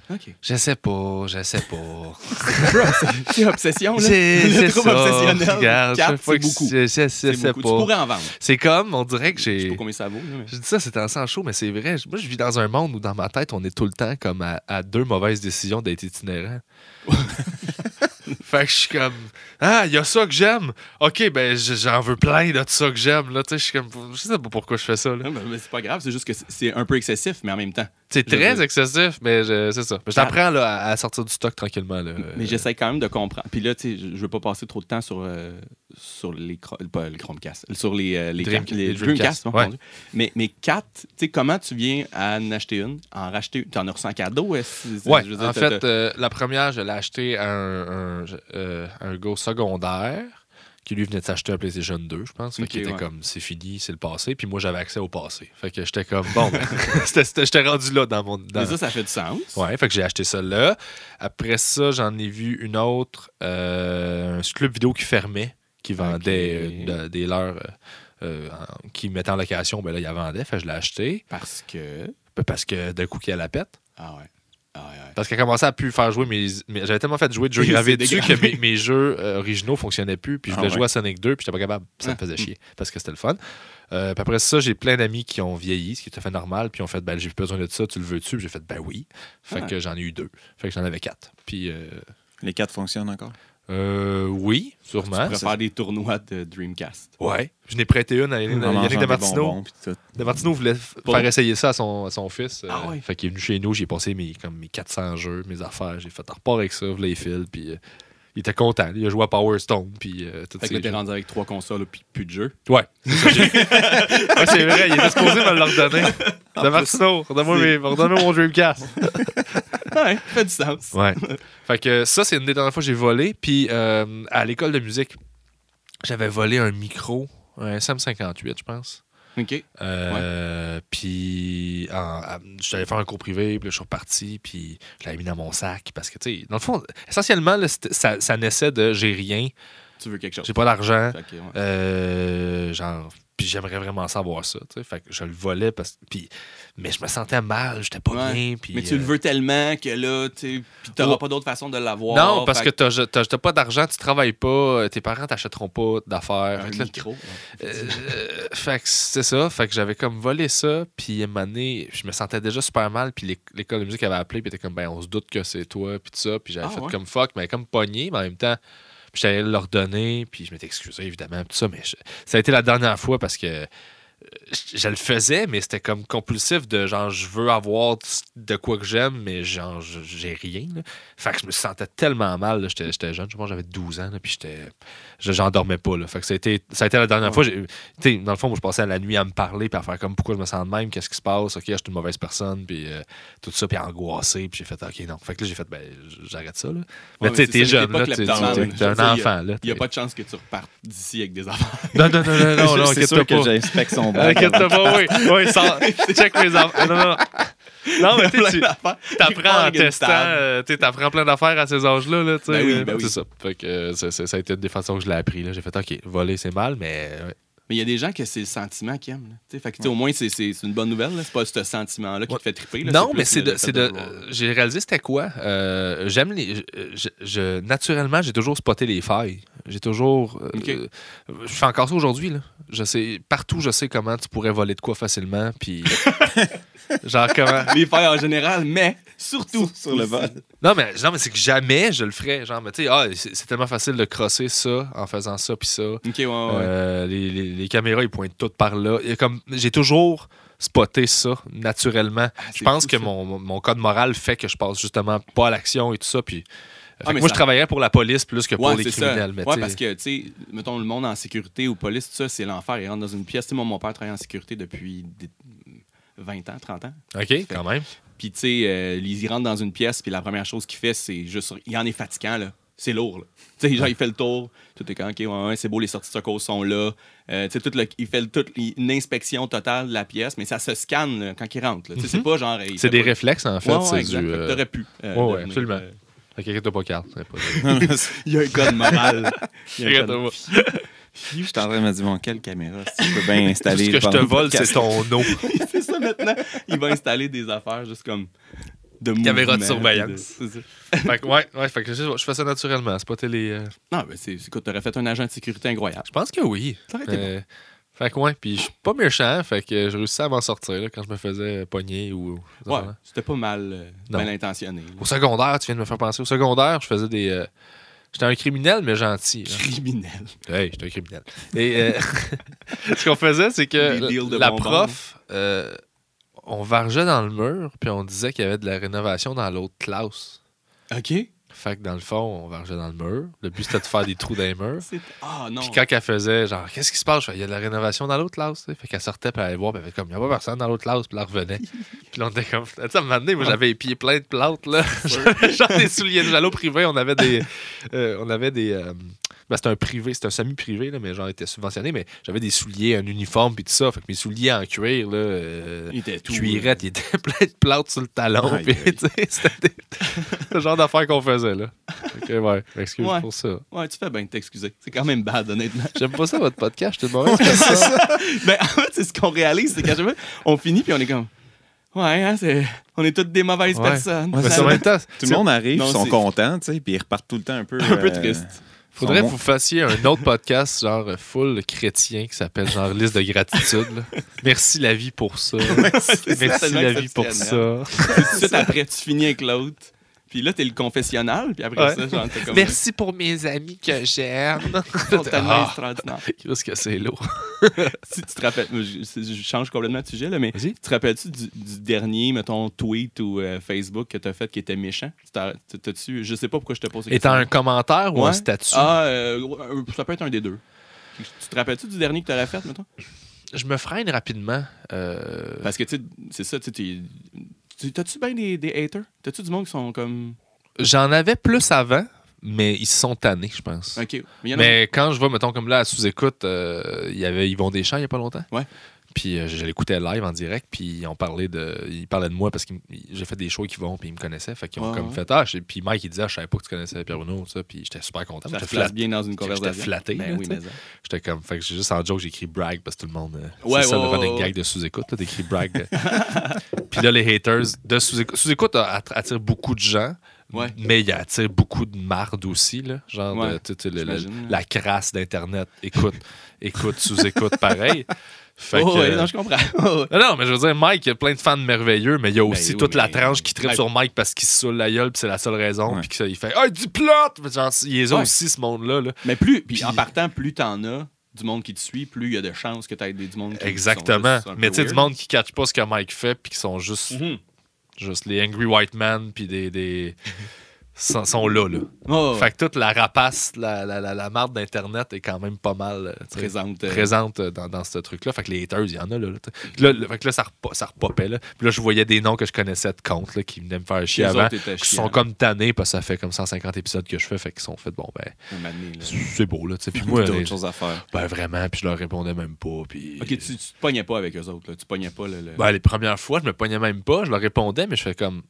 OK. Je sais pas, je sais pas. C'est obsession, là. C'est Le c'est trouble ça. obsessionnel. Regarde, Quatre, chaque fois c'est que beaucoup. c'est- C'est c'est- c'est- c'est beaucoup. Tu pas- pourrais en vendre. C'est comme, on dirait que Je sais j'ai. pas combien ça vaut. là, mais- Je dis ça, c'est en sang chaud, mais c'est vrai. Je- Moi, je vis dans un monde où, dans ma tête, on est tout le temps comme à, à deux mauvaises décisions d'être itinérant. fait que je suis comme, ah, il y a ça que j'aime. Ok, ben, j- j'en veux plein là, de ça que j'aime. Là, tu sais, je suis comme, je sais pas pourquoi je fais ça. là. Non, mais- mais c'est pas grave, c'est juste que c'est- c'est un peu excessif, mais en même temps. C'est Je très veux- excessif, mais je- c'est ça. Mais Je t'apprends là, à, à sortir du stock tranquillement. Là. Mais j'essaie quand même de comprendre. Puis là, tu sais, je je veux pas passer trop de temps sur, euh, sur les. cro- Pas le Chromecast. Sur les, euh, les, Dream- cartes- les les Dreamcast. Dreamcast, bon, ouais. mon Dieu. Mais, mais quatre, tu sais, comment tu viens à en acheter une, en racheter une T'en as reçu en cadeau est-ce- c'est- Ouais, je veux dire, en t'as- fait, t'as- euh, la première, je l'ai acheté à un, un, euh, un gars secondaire qui lui venait de s'acheter un PlayStation 2, je pense. Fait Ok, qu'il était ouais. comme, c'est fini, c'est le passé. Puis moi, j'avais accès au passé. Fait que j'étais comme, bon, ben, c'était- c'était- j'étais rendu là dans mon. dans- Mais ça, ça fait du sens. Ouais, fait que j'ai acheté ça là. Après ça, j'en ai vu une autre, euh, un club vidéo qui fermait, qui vendait Ok. euh, de- des leurs. euh, euh, en- qui mettait en location, ben là, il la vendait, fait que je l'ai acheté. Parce que. Ben, Parce que d'un coup, qu'il y a la pète. Ah ouais. Ah ouais, ouais. Parce qu'elle commençait à plus faire jouer mes. mes- J'avais tellement fait jouer de jeux C'est gravés dessus que dégravé. mes, mes jeux euh, originaux fonctionnaient plus. Puis je Ah voulais ouais. Mm. jouer à Sonic 2, puis j'étais pas capable. Ça me Ah. faisait chier parce que c'était le fun. Euh, puis après ça, j'ai plein d'amis qui ont vieilli, ce qui est tout à fait normal. Puis ils ont fait, ben, j'ai plus besoin de ça, tu le veux-tu? Puis j'ai fait, ben oui. Fait Ah. que j'en ai eu deux. Fait que j'en avais quatre. Puis euh, Les quatre fonctionnent encore. euh, oui, sûrement. Pour faire des tournois de Dreamcast. Ouais. Je n'ai prêté une à Yannick, En mangeant Yannick des Damartino. bonbons, puis tout. Damartino voulait f- Pour- faire essayer ça à son, à son fils. euh, Ah ouais. Fait qu'il est venu chez nous, j'ai passé mes, comme mes 400 jeux, mes affaires. J'ai fait, repart avec ça, je les fils. Puis euh, il était content. Il a joué à Power Stone. Puis euh, tout Fait que là, t'es rendu avec trois consoles puis plus de jeux. Ouais. C'est ça, j'ai- Ouais, c'est vrai, il était supposé me le redonner. Damartino, redonne-moi c'est- mes- redonne-moi mon Dreamcast. Ouais, ça fait du sens. Ouais. fait que ça, c'est une des dernières fois que j'ai volé. Puis euh, à l'école de musique, j'avais volé un micro, un SM58, je pense. OK. Euh, Puis, en- à- j'allais faire un cours privé, puis là, je suis reparti, puis je l'avais mis dans mon sac. Parce que, tu sais, dans le fond, essentiellement, là, c'était- ça, ça naissait de j'ai rien, Tu veux quelque chose. j'ai pas d'argent, Fait que, ouais. euh, genre, puis j'aimerais vraiment savoir ça, tu sais. Fait que je le volais, parce, puis, mais je me sentais mal, j'étais pas Ouais. bien. puis, Mais tu le euh, veux tellement que là, tu sais, puis t'auras Oh. pas d'autre façon de l'avoir. Non, parce que Fait t'as t'as- t'as pas d'argent, tu travailles pas, euh, tes parents t'achèteront pas d'affaires. un Fait que là, micro. Euh, fait que c'est ça. Fait que j'avais comme volé ça. Puis à un moment donné, je me sentais déjà super mal. Puis l'é- l'école de musique avait appelé. Puis était comme, ben, on se doute que c'est toi. Puis tout ça. Puis j'avais Ah, fait ouais. comme fuck, mais comme pogné. Mais en même temps, puis j'étais allé leur donner. Puis je m'étais excusé, évidemment. puis tout ça. Mais je- ça a été la dernière fois parce que euh, je, je le faisais, mais c'était comme compulsif de genre, je veux avoir du- de quoi que j'aime, mais genre, je- j'ai rien. là. Fait que je me sentais tellement mal. là. J'étais j'étais jeune. Je pense que j'avais 12 ans. là, puis j'étais. je- J'en dormais pas. Là. Fait que ça a été, ça a été la dernière Ouais. fois. j'ai- tu sais, dans le fond, moi, je passais à la nuit à me parler, puis à faire comme pourquoi je me sens de même, qu'est-ce qui se passe, ok, je suis une mauvaise personne, puis euh, tout ça, puis angoissé, puis j'ai fait, ok, non. Fait que là, j'ai fait, ben, j'arrête ça, là. mais mais tu sais, c'est t'es ça, jeune, l'époque, là, la t'es t'es petite un dame, je veux dire, enfant, là. Il n'y a pas de chance que tu repartes d'ici avec des affaires. Non, non, non, non, non, non, C'est inquiète-toi sûr que pas. Ah, j'inspecte son bon. Inquiète-toi pas, oui. Oui, sors. check mes enfants. Non, non, non. Non, mais tu sais, tu- d'affaires. Il part t'apprends en avec une testant, table. euh, tu sais, t'apprends plein d'affaires à ces âges-là, là, tu sais. Ben oui, ben C'est oui. ça. Fait que euh, c'est- c'est- ça a été une des façons que je l'ai appris, là. J'ai fait, ok, voler, c'est mal, mais. euh, Mais il y a des gens que c'est le sentiment qu'ils aiment. là. Tu sais, Fait que, tu sais, au moins, c'est- c'est c'est une bonne nouvelle. là. C'est pas ce sentiment-là qui Ouais. te fait triper. là. Non, plus mais c'est le- de. le fait c'est de- vouloir. euh, j'ai réalisé c'était quoi. Euh, J'aime les. je- je- je- naturellement, j'ai toujours spoté les failles. J'ai toujours. euh, Ok. euh, je fais encore ça aujourd'hui. là. Je sais partout, je sais comment tu pourrais voler de quoi facilement. Puis genre comment. Les faire en général, mais surtout. Tout sur le vol. Non mais non mais c'est que jamais je le ferais. Genre mais tu sais ah, c'est c'est tellement facile de crosser ça en faisant ça puis ça. Ok, ouais, ouais. ouais. Euh, les, les- les caméras, ils pointent toutes par là. Il y a comme, j'ai toujours spoté ça naturellement. Ah, je c'est pense fou, que ça. mon, mon- mon code moral fait que je passe justement pas à l'action et tout ça. Puis, euh, Fait que Ah, mais moi, ça- je travaillerais pour la police plus que pour Ouais, les c'est ça. criminels. mais Ouais, tu sais, parce que, tu sais, mettons, le monde en sécurité ou police, tout ça, c'est l'enfer. Ils rentrent dans une pièce. Tu sais, moi, mon père travaille en sécurité depuis des- 20 ans, 30 ans. OK, quand même. Puis, tu sais, euh, ils rentrent dans une pièce, puis la première chose qu'il fait, c'est juste. Il en est fatigant, là. C'est lourd, là. Tu sais, genre, il fait le tour. Tout est quand, OK, ouais, ouais, c'est beau, les sorties de secours sont là. Euh, tu sais, tout le- il fait le- toute une inspection totale de la pièce, mais ça se scanne là, quand il rentre. là. Tu sais, c'est pas genre. il Mhm. C'est fait des pas- réflexes, en fait. Ouais, ouais, c'est exact. du. Fait que euh, T'aurais pu. euh, ouais, ouais, devenir, absolument. euh, Fait que inquiète-toi pas, Carl. C'est pas- Il y a un code moral. Il y a un code- Inquiète-toi pas. Je suis en train de me dire, bon, quelle caméra si tu peux bien installer. Ce que je te pendant le vole, podcast? c'est ton eau. c'est ça maintenant. Il va installer des affaires juste comme de Caméra de mouvement, surveillance. puis de- c'est ça. fait que, ouais, ouais, fait que je, je fais ça naturellement. Spoter les. euh, Non, mais c'est, écoute, t'aurais fait un agent de sécurité incroyable. Je pense que oui. Ça aurait été Euh, Fait que ouais, puis je suis pas méchant, fait que je réussissais à m'en sortir là, quand je me faisais pogner ou... Ouais, c'était pas mal, euh, Non. mal intentionné. là. Au secondaire, tu viens de me faire penser, au secondaire, je faisais des... euh, J'étais un criminel, mais gentil. là. Criminel. Hey, j'étais un criminel. Et euh, ce qu'on faisait, c'est que Des deals de la bonbons. prof, euh, on vargeait dans le mur, puis on disait qu'il y avait de la rénovation dans l'autre classe. OK. Fait que dans le fond, on vargeait dans le mur. Le but, c'était de faire des trous dans les murs. C'est- Ah non. Puis quand elle faisait, genre, qu'est-ce qui se passe? Je fais, Il y a de la rénovation dans l'autre classe. tu sais. Fait qu'elle sortait, puis elle allait voir, puis elle fait comme, il n'y a pas personne dans l'autre classe, puis elle revenait. puis là, on était comme, tu sais, à un moment donné, moi, j'avais les pieds pleins de plantes, là. J'avais genre des souliers de jaloux privés. On avait des. euh, on avait des. euh, ben, c'était un privé, c'était un semi-privé, là, mais genre, il était subventionné, mais j'avais des souliers, un uniforme, puis tout ça. Fait que mes souliers en cuir, là. euh, il était tout. cuirette, il était plein de plantes sur le talon. Aïe, Puis, aïe. tu sais, c'était des- le genre d'affaires qu'on faisait, là. Ok, ouais, excuse Ouais. pour ça. Ouais, tu fais bien de t'excuser. C'est quand même bad, honnêtement. J'aime pas ça, votre podcast. Je te demande ça. Mais en fait, c'est ce qu'on réalise, c'est qu'à chaque fois, on finit puis on est comme. Ouais, hein, c'est... on est toutes des mauvaises Ouais. personnes. Ouais, Mais Ça- en même temps, Tout le monde arrive, Non, ils sont c'est- contents, tu sais, puis ils repartent tout le temps un peu. Un peu euh, triste. faudrait que sont vous fassiez un autre podcast, genre euh, full chrétien, qui s'appelle genre Liste de gratitude. là. Merci la vie pour ça. Euh, Merci tellement la vie pour ça. exceptionnel. Puis tout de suite après, tu finis avec l'autre. Puis là, t'es le confessionnal. Puis après Ouais. ça, genre, t'es comme. Merci pour mes amis que j'aime. C'est tellement Ah. extraordinaire. Qu'est-ce que c'est lourd. Si tu te rappelles, je, je- je change complètement de sujet, là, mais Vas-y. tu te rappelles-tu du, du dernier, mettons, tweet ou euh, Facebook que t'as fait qui était méchant? Tu t'as- t'as- T'as-tu, je sais pas pourquoi je te pose cette Étant question. un commentaire ou Ouais. un statut, Ah, euh, ça peut être un des deux. Tu te rappelles-tu du dernier que t'aurais fait, mettons? je me freine rapidement. euh, Parce que, tu sais, c'est ça, tu sais, t'es- tu- t'as-tu bien des, des haters? T'as-tu du monde qui sont comme... J'en avais plus avant, mais ils se sont tannés, je pense. OK, mais y en a- Mais quand je vois, mettons, comme là, à sous-écoute, euh, il y avait Yvon Deschamps il n'y a pas longtemps. Ouais. Puis euh, je l'écoutais live en direct, puis on parlait de, ils parlaient de moi parce que j'ai fait des shows qui vont, puis ils me connaissaient. Fait qu'ils ont Ouais, comme ouais. fait Ah, je sais- puis Mike, il disait, Ah, je savais pas que tu connaissais Pierre Bruno, ça, puis j'étais super content. ça J'étais te place flat- bien dans une j'étais conversation. flatté, Ben là, oui, tu mais sais. ça. J'étais comme, fait que j'ai juste en joke, j'ai écrit brag parce que tout le monde. euh, Ouais, c'est ça ouais, le running ouais, gag de sous-écoute, là, t'écris brag. de- Puis là, les haters de sous-écoute. Sous-écoute euh, att- attire beaucoup de gens, Ouais. mais il attire beaucoup de marde aussi, là. Genre, de- Ouais, tu sais, le- le- j'imagine, là. Mm. la crasse d'Internet. Écoute, écoute, sous-écoute, pareil. Fait Oh, que. ouais, non, je comprends. Oh, ouais. Non, non, mais je veux dire, Mike, il y a plein de fans merveilleux, mais il y a Ben aussi oui, toute la mais- tranche qui tripe Ouais. sur Mike parce qu'il se saoule la gueule, puis c'est la seule raison, Ouais. puis qu'il fait Hey, du plot! Genre, il les a Ouais. aussi, ce monde-là. Là. Mais plus, puis Puis- en partant, plus t'en as du monde qui te suit, plus il y a de chances que t'aies des- du monde qui Exactement. qui sont juste un peu Mais tu sais, du weird. monde qui ne catch pas ce que Mike fait, puis qui sont juste, Mhm. juste les angry white men, puis des. des... sont, sont là, là. Oh, Fait que toute la rapace, la, la, la, la marde d'Internet est quand même pas mal euh, tu sais, présente. euh, présente euh, dans, dans ce truc-là. Fait que les haters, il y en a, là. là, tu sais. là le- fait que là, ça, repo- ça repopait, là. Puis là, je voyais des noms que je connaissais de compte, là, qui venaient me faire les chier avant. autres Qui étaient sont comme tannés, parce que ça fait comme 150 épisodes que je fais, fait qu'ils sont fait, bon, ben, c'est beau, là, tu sais. Puis moi, d'autres les- choses à faire. ben, vraiment, puis je leur répondais même pas, puis... Ok, tu, tu te pognais pas avec eux autres, là. Tu pognais pas le. le- Ben, les premières fois, je me pognais même pas, je leur répondais, mais je fais comme.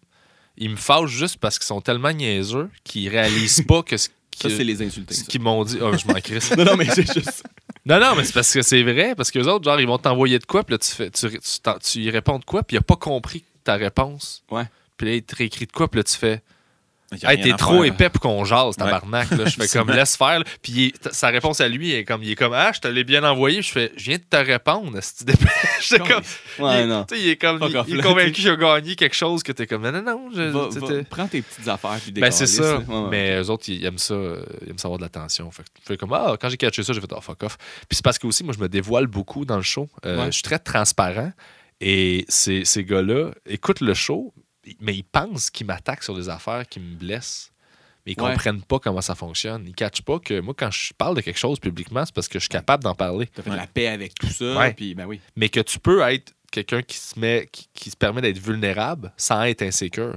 Ils me fâchent juste parce qu'ils sont tellement niaiseux qu'ils réalisent pas que ce ça, c'est que- les insultés. ce ça. qu'ils m'ont dit. Oh, je m'en crisse. Non, non, mais c'est juste. Non, non, mais c'est parce que c'est vrai, parce que les autres, genre, ils vont t'envoyer de quoi, puis là, tu, fais, tu, tu, t'en- tu y réponds de quoi, puis il a pas compris ta réponse. Ouais. Puis là, il te réécrit de quoi, puis là, tu fais Y a Hey, rien t'es à trop faire. épais pour qu'on jase, Ouais. tabarnak. Là, je fais comme laisse faire. là. Puis il- t- sa réponse à lui est comme il est comme Ah, je te l'ai bien envoyé. Je fais Je viens de te répondre, si tu J'étais comme Ouais, il, non. tu sais, il est comme Fuck il, off, il est là. convaincu que j'ai gagné quelque chose que t'es comme Non, non, non. Je, Va- tu sais, va- t'es- prends tes petites affaires puis Euh, ben, c'est décalisse, ça. là. Ouais, ouais. Mais eux autres, ils ils aiment ça. euh, Ils aiment savoir de l'attention. Fait que je fais comme, ah, quand j'ai catché ça, j'ai fait, oh, fuck off. Puis c'est parce que aussi, moi, je me dévoile beaucoup dans le show. Euh, Ouais. Je suis très transparent. Et ces, ces gars-là écoutent le show, mais ils pensent qu'ils m'attaquent sur des affaires qui me blessent. Mais ils Ouais. comprennent pas comment ça fonctionne. Ils catchent pas que moi, quand je parle de quelque chose publiquement, c'est parce que je suis capable d'en parler. T'as fait de la paix avec tout ça. Ouais. Puis, ben oui. Mais que tu peux être quelqu'un qui se met qui, qui se permet d'être vulnérable sans être insécure.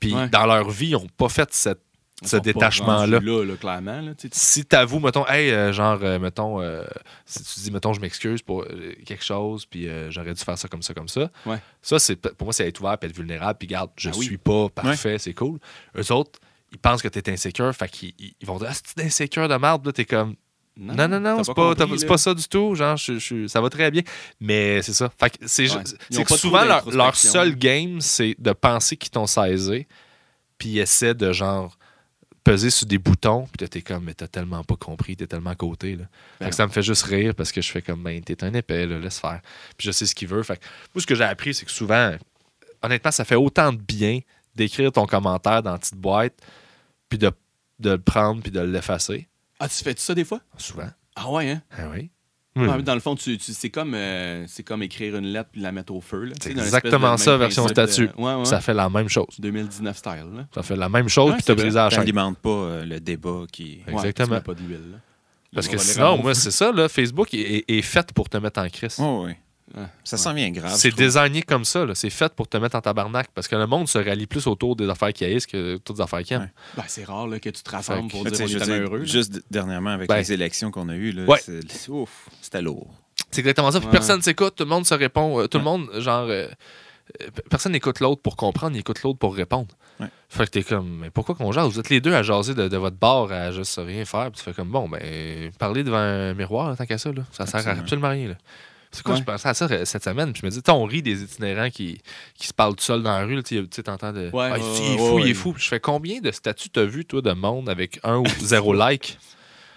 Puis Ouais. dans leur vie, ils n'ont pas fait cette Ils ce sont pas détachement-là. rendus Là, là, clairement. Là, tu sais, Si t'avoues, mettons, hey, euh, genre, euh, mettons, euh, si tu dis, mettons, je m'excuse pour euh, quelque chose, puis euh, j'aurais dû faire ça comme ça, comme ça. Ouais. Ça, c'est p- pour moi, c'est être ouvert, puis être vulnérable, puis garde, je Ah oui. suis pas parfait, c'est cool. Eux autres, ils pensent que t'es insécure, fait qu'ils ils- ils vont dire, ah, c'est insécure de merde, là, t'es comme, non, non, non, t'as c'est pas, t'as- compris, c'est là. pas ça du tout, genre, je- je- ça va très bien. Mais c'est ça. Fait que c'est, ju- Ouais. Ils c'est ont que pas trop souvent, leur, leur d'introspection. seul game, c'est de penser qu'ils t'ont saisi, puis ils essaient de, genre, peser sur des boutons, puis là, t'es comme, mais t'as tellement pas compris, t'es tellement à côté, là. Fait Ben que ça me fait juste rire parce que je fais comme, ben, t'es un épais, là, laisse faire. Puis je sais ce qu'il veut. Fait que moi, ce que j'ai appris, c'est que souvent, honnêtement, ça fait autant de bien d'écrire ton commentaire dans la petite boîte, puis de, de le prendre, puis de l'effacer, Ah, tu fais ça des fois? souvent. Ah ouais, hein? Ah oui? Ouais, mais dans le fond, tu, tu- c'est comme, euh, c'est comme écrire une lettre puis la mettre au feu. là. C'est Tu sais, dans exactement l'espèce de ça, même version principe de- statue. ouais, ouais. Ça fait la même chose. 2019 style. Là. Ça fait la même chose, Ouais, puis t'as c'est brisé la chaîne. T'alimentes pas euh, le débat qui. Ouais, Exactement. tu mets pas d'huile. là. Parce Ils que vont venir sinon, à moi, c'est ça, là, Facebook est, est- est fait pour te mettre en crise. Oh, oui. Ouais. Ça s'en vient grave. c'est je trouve. désigné comme ça, là. c'est fait pour te mettre en tabarnak. Parce que le monde se rallie plus autour des affaires qui haïssent que toutes les affaires qui aiment. Ouais. Ben, c'est rare là, que tu te Fait rassembles que- pour Mais dire qu'on tu sais, je est veux tellement dire, heureux. là. Juste d- dernièrement, avec Ben. les élections qu'on a eues, là, Ouais. c'est- ouf, c'était lourd. C'est exactement ça. Puis Ouais. Personne s'écoute, tout le monde se répond. euh, tout le Ouais. monde, genre. euh, euh, personne n'écoute l'autre pour comprendre, il écoute l'autre pour répondre. Ouais. Fait que t'es comme, mais pourquoi qu'on jase Vous êtes les deux à jaser de, de votre bord, à juste rien faire. Puis tu fais comme, bon, ben, parler devant un miroir, tant qu'à ça, là, ça sert à Absolument. absolument rien. là. C'est quoi, Ouais. je pensais à ça euh, cette semaine, puis je me dis, tu sais, on rit des itinérants qui, qui se parlent tout seuls dans la rue, là, tu sais, tu sais, t'entends de. Ouais, Ah, ouais, il est fou, il est ouais, fou, il est ouais. fou. Puis Je fais combien de statuts t'as vu, toi, de monde avec un ou zéro like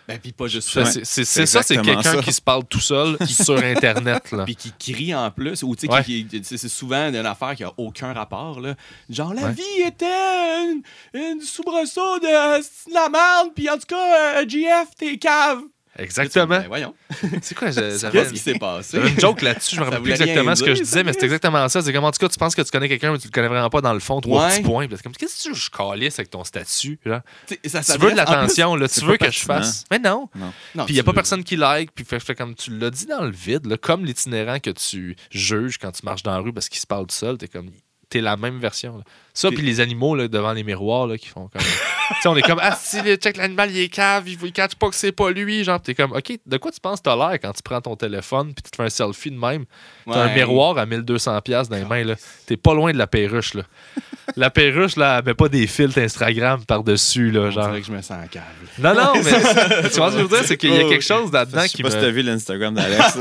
Ben, puis pas juste Ça, ça. c'est- C'est c'est c'est ça, c'est exactement quelqu'un ça. qui se parle tout seul sur Internet, là. Puis qui crie en plus, ou tu sais, Ouais. qui- qui- c'est c'est souvent une affaire qui a aucun rapport. Là. Genre, la Ouais. vie était une, une soubresaut de, c'est de la merde, puis en tout cas, euh, GF, t'es cave. Exactement. Ben, voyons, C'est quoi, je- j'avais qu'est-ce une- qui s'est passé? j'avais une joke là-dessus, je me Ça rappelle plus voulait rien exactement ce que dire, je disais, mais ça. c'est exactement ça. C'est comme, en tout cas, tu penses que tu connais quelqu'un, mais tu le connais vraiment pas dans le fond, trois Ouais. petits points. Puis c'est comme, qu'est-ce que tu veux que je calisse avec ton statut? genre? T'sais, ça Tu veux de s'adresse- en plus- l'attention, là, tu c'est veux pas que je pertinent. fasse. Mais non. Non, Puis il n'y a Ah, tu pas veux- personne qui like, puis fait, fait comme tu l'as dit dans le vide, là, comme l'itinérant que tu juges quand tu marches dans la rue parce qu'il se parle tout seul, t'es comme. T'es la même version. là. Ça, T'es- puis les animaux là, devant les miroirs là, qui font comme. Tu sais, on est comme, ah si, le- check l'animal, il est cave, il, il catch pas que c'est pas lui. Genre, t'es comme, ok, de quoi tu penses que t'as l'air quand tu prends ton téléphone puis tu te fais un selfie de même? T'as un Ouais. miroir à 1200$ dans les mains, là. T'es pas loin de la perruche, là. La perruche, là, elle met pas des filtres Instagram par-dessus, là. On Genre. dirait que je me sens cave. Non, non, mais tu vois ce que je veux dire? C'est qu'il y a Oh, quelque chose là-dedans Je sais qui pas me... si t'as vu l'Instagram d'Alex.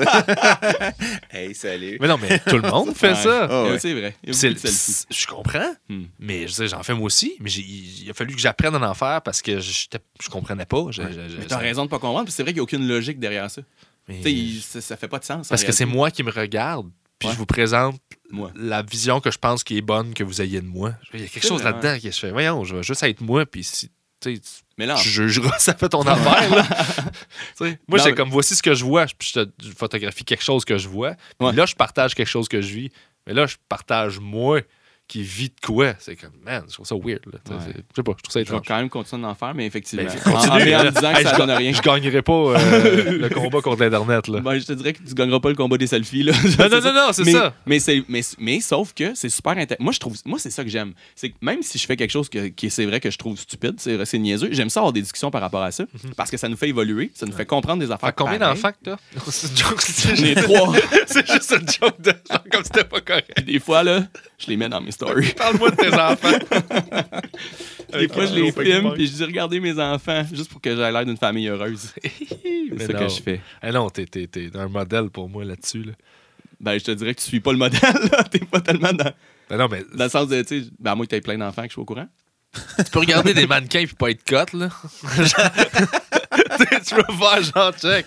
hey, salut. Mais non, mais tout le monde fait Ouais. ça. Ah Ouais, ouais. C'est vrai. Il y a C'est- beaucoup de selfies. c'est- je comprends, Hmm. mais je sais, j'en fais moi aussi. Mais j'ai- il a fallu que j'apprenne à en faire parce que j'étais- je comprenais pas. Je- je- je- Mais t'as ça- raison de pas comprendre, puis c'est vrai qu'il n'y a aucune logique derrière ça. mais- Tu sais, il- ça, ça fait pas de sens. en parce que c'est réalité. moi qui me regarde, puis Ouais. je vous présente moi. la vision que je pense qui est bonne que vous ayez de moi. Il y a quelque C'est chose vrai, là-dedans que je fais. Voyons, je vais juste être moi, puis si tu sais, tu- Mais là, tu jugeras, ça fait ton affaire. Là. Tu sais, moi, Ah. Non, j'ai mais- comme voici ce que je vois, puis je te photographie quelque chose que je vois. Puis Ouais. là, je partage quelque chose que je vis. Mais là, je partage moi qui vis de quoi. C'est comme, man, je trouve ça weird. là. Tu sais, Ouais. c'est- Je sais pas, je trouve je ça vais étrange. quand même continuer d'en faire, mais effectivement. Ben, en, en, continue, en là. me disant que Hey, ça je donne ga- rien. Je gagnerai pas euh, le combat contre l'Internet. là. Ben, je te dirais que tu gagneras pas le combat des selfies. Là. Non, non, non, non, c'est mais, ça. Mais, c'est- mais, mais sauf que c'est super intéressant. Moi, je trouve, moi c'est ça que j'aime. C'est que même si je fais quelque chose que, qui c'est vrai que je trouve stupide, c'est vrai, c'est niaiseux, j'aime ça avoir des discussions par rapport à ça parce que ça nous fait évoluer, ça nous fait comprendre des Mhm. Fait affaires. que combien pareilles. d'enfants que t'as? C'est une joke. J'en ai C'est trois. juste une joke de genre comme c'était pas correct. Puis des fois, là, je les mets dans mes stories. Parle-moi de tes enfants. Des fois, je les filme puis je dis regardez mes enfants, juste pour que j'aie l'air d'une famille heureuse. C'est ça que je fais. Eh non, t'es, t'es- t'es un modèle pour moi là-dessus. Là. Ben, je te dirais que tu suis pas le modèle, là. T'es pas tellement dans, Ben non, mais dans le sens de, tu sais, ben, à moins que t'aies plein d'enfants que je suis au courant. tu peux regarder des mannequins puis pas être cut, là. Genre- tu peux faire genre check.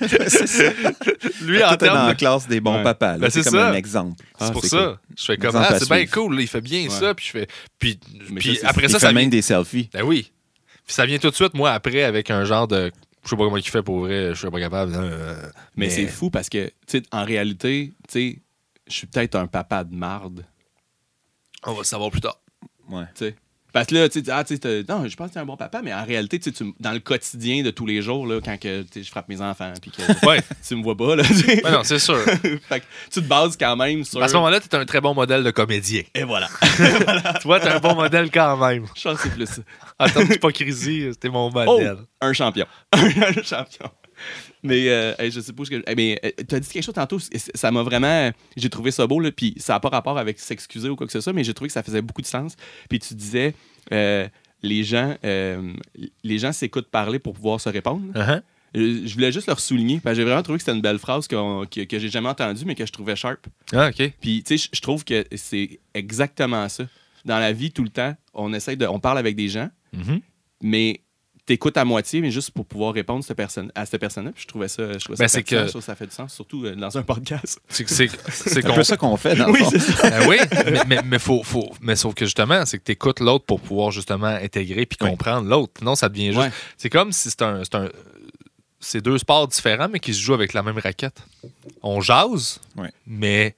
Lui, en Tout est dans termes la de... classe des bons Ouais. papas. là. Ben, c'est c'est comme ça. un exemple. C'est Ah, pour c'est ça. Je fais comme Exemple ah, à c'est bien suivre. cool, là, il fait bien Ouais. ça. Puis je fais. Puis, Mais puis ça, c'est- après Il ça, fait ça vient. même des selfies. Ben oui. Puis ça vient tout de suite, moi, après, avec un genre de. Je sais pas comment il fait pour vrai, je suis pas capable. euh, Mais, c'est fou parce que, tu sais, en réalité, tu sais, je suis peut-être un papa de marde. On va le savoir plus tard. Ouais. tu sais. Parce que là, tu sais, tu dis, ah, tu sais, t'as- non, je pense que t'es un bon papa, mais en réalité, tu sais, tu m- dans le quotidien de tous les jours, là, quand que, tu sais, je frappe mes enfants, puis que Ouais. tu me vois pas, là, tu sais. Ben non, c'est sûr. Fait que tu te bases quand même sur. À ce moment-là, t'es un très bon modèle de comédien. Et voilà. tu vois, t'es un bon modèle quand même. Je pense que c'est plus ça. En termes d'hypocrisie, t'es mon Oh, modèle. un champion. un champion. Mais euh, hey, je sais pas où je- hey, mais euh, t'as dit quelque chose tantôt, c- c- ça m'a vraiment. J'ai trouvé ça beau, là, puis ça n'a pas rapport avec s'excuser ou quoi que ce soit, mais j'ai trouvé que ça faisait beaucoup de sens. Puis tu disais, euh, les gens euh, les gens s'écoutent parler pour pouvoir se répondre. Oh! Uh-huh. Euh, Je voulais juste leur souligner, parce que j'ai vraiment trouvé que c'était une belle phrase qu'on- que, que j'ai jamais entendue, mais que je trouvais sharp. Ah, ok. Puis, tu sais, je- je trouve que c'est exactement ça. Dans la vie, tout le temps, on essaie de. On parle avec des gens, Mm-hmm. Mhm. mais t'écoutes à moitié, mais juste pour pouvoir répondre cette personne, à cette personne-là. Puis je trouvais ça. Je trouvais ça Ben, c'est pertinent, que- je trouve que ça fait du sens, surtout euh, dans un podcast. C'est que c'est- c'est C'est un qu'on. peu ça qu'on fait, dans le Oui, fond. c'est ça. Ben oui, mais, mais, mais faut, faut, mais sauf que justement, c'est que tu écoutes l'autre pour pouvoir justement intégrer puis Oui. comprendre l'autre. Non, ça devient juste. Ouais. C'est comme si c'est un. c'est un- C'est deux sports différents, mais qui se jouent avec la même raquette. On jase, Ouais. mais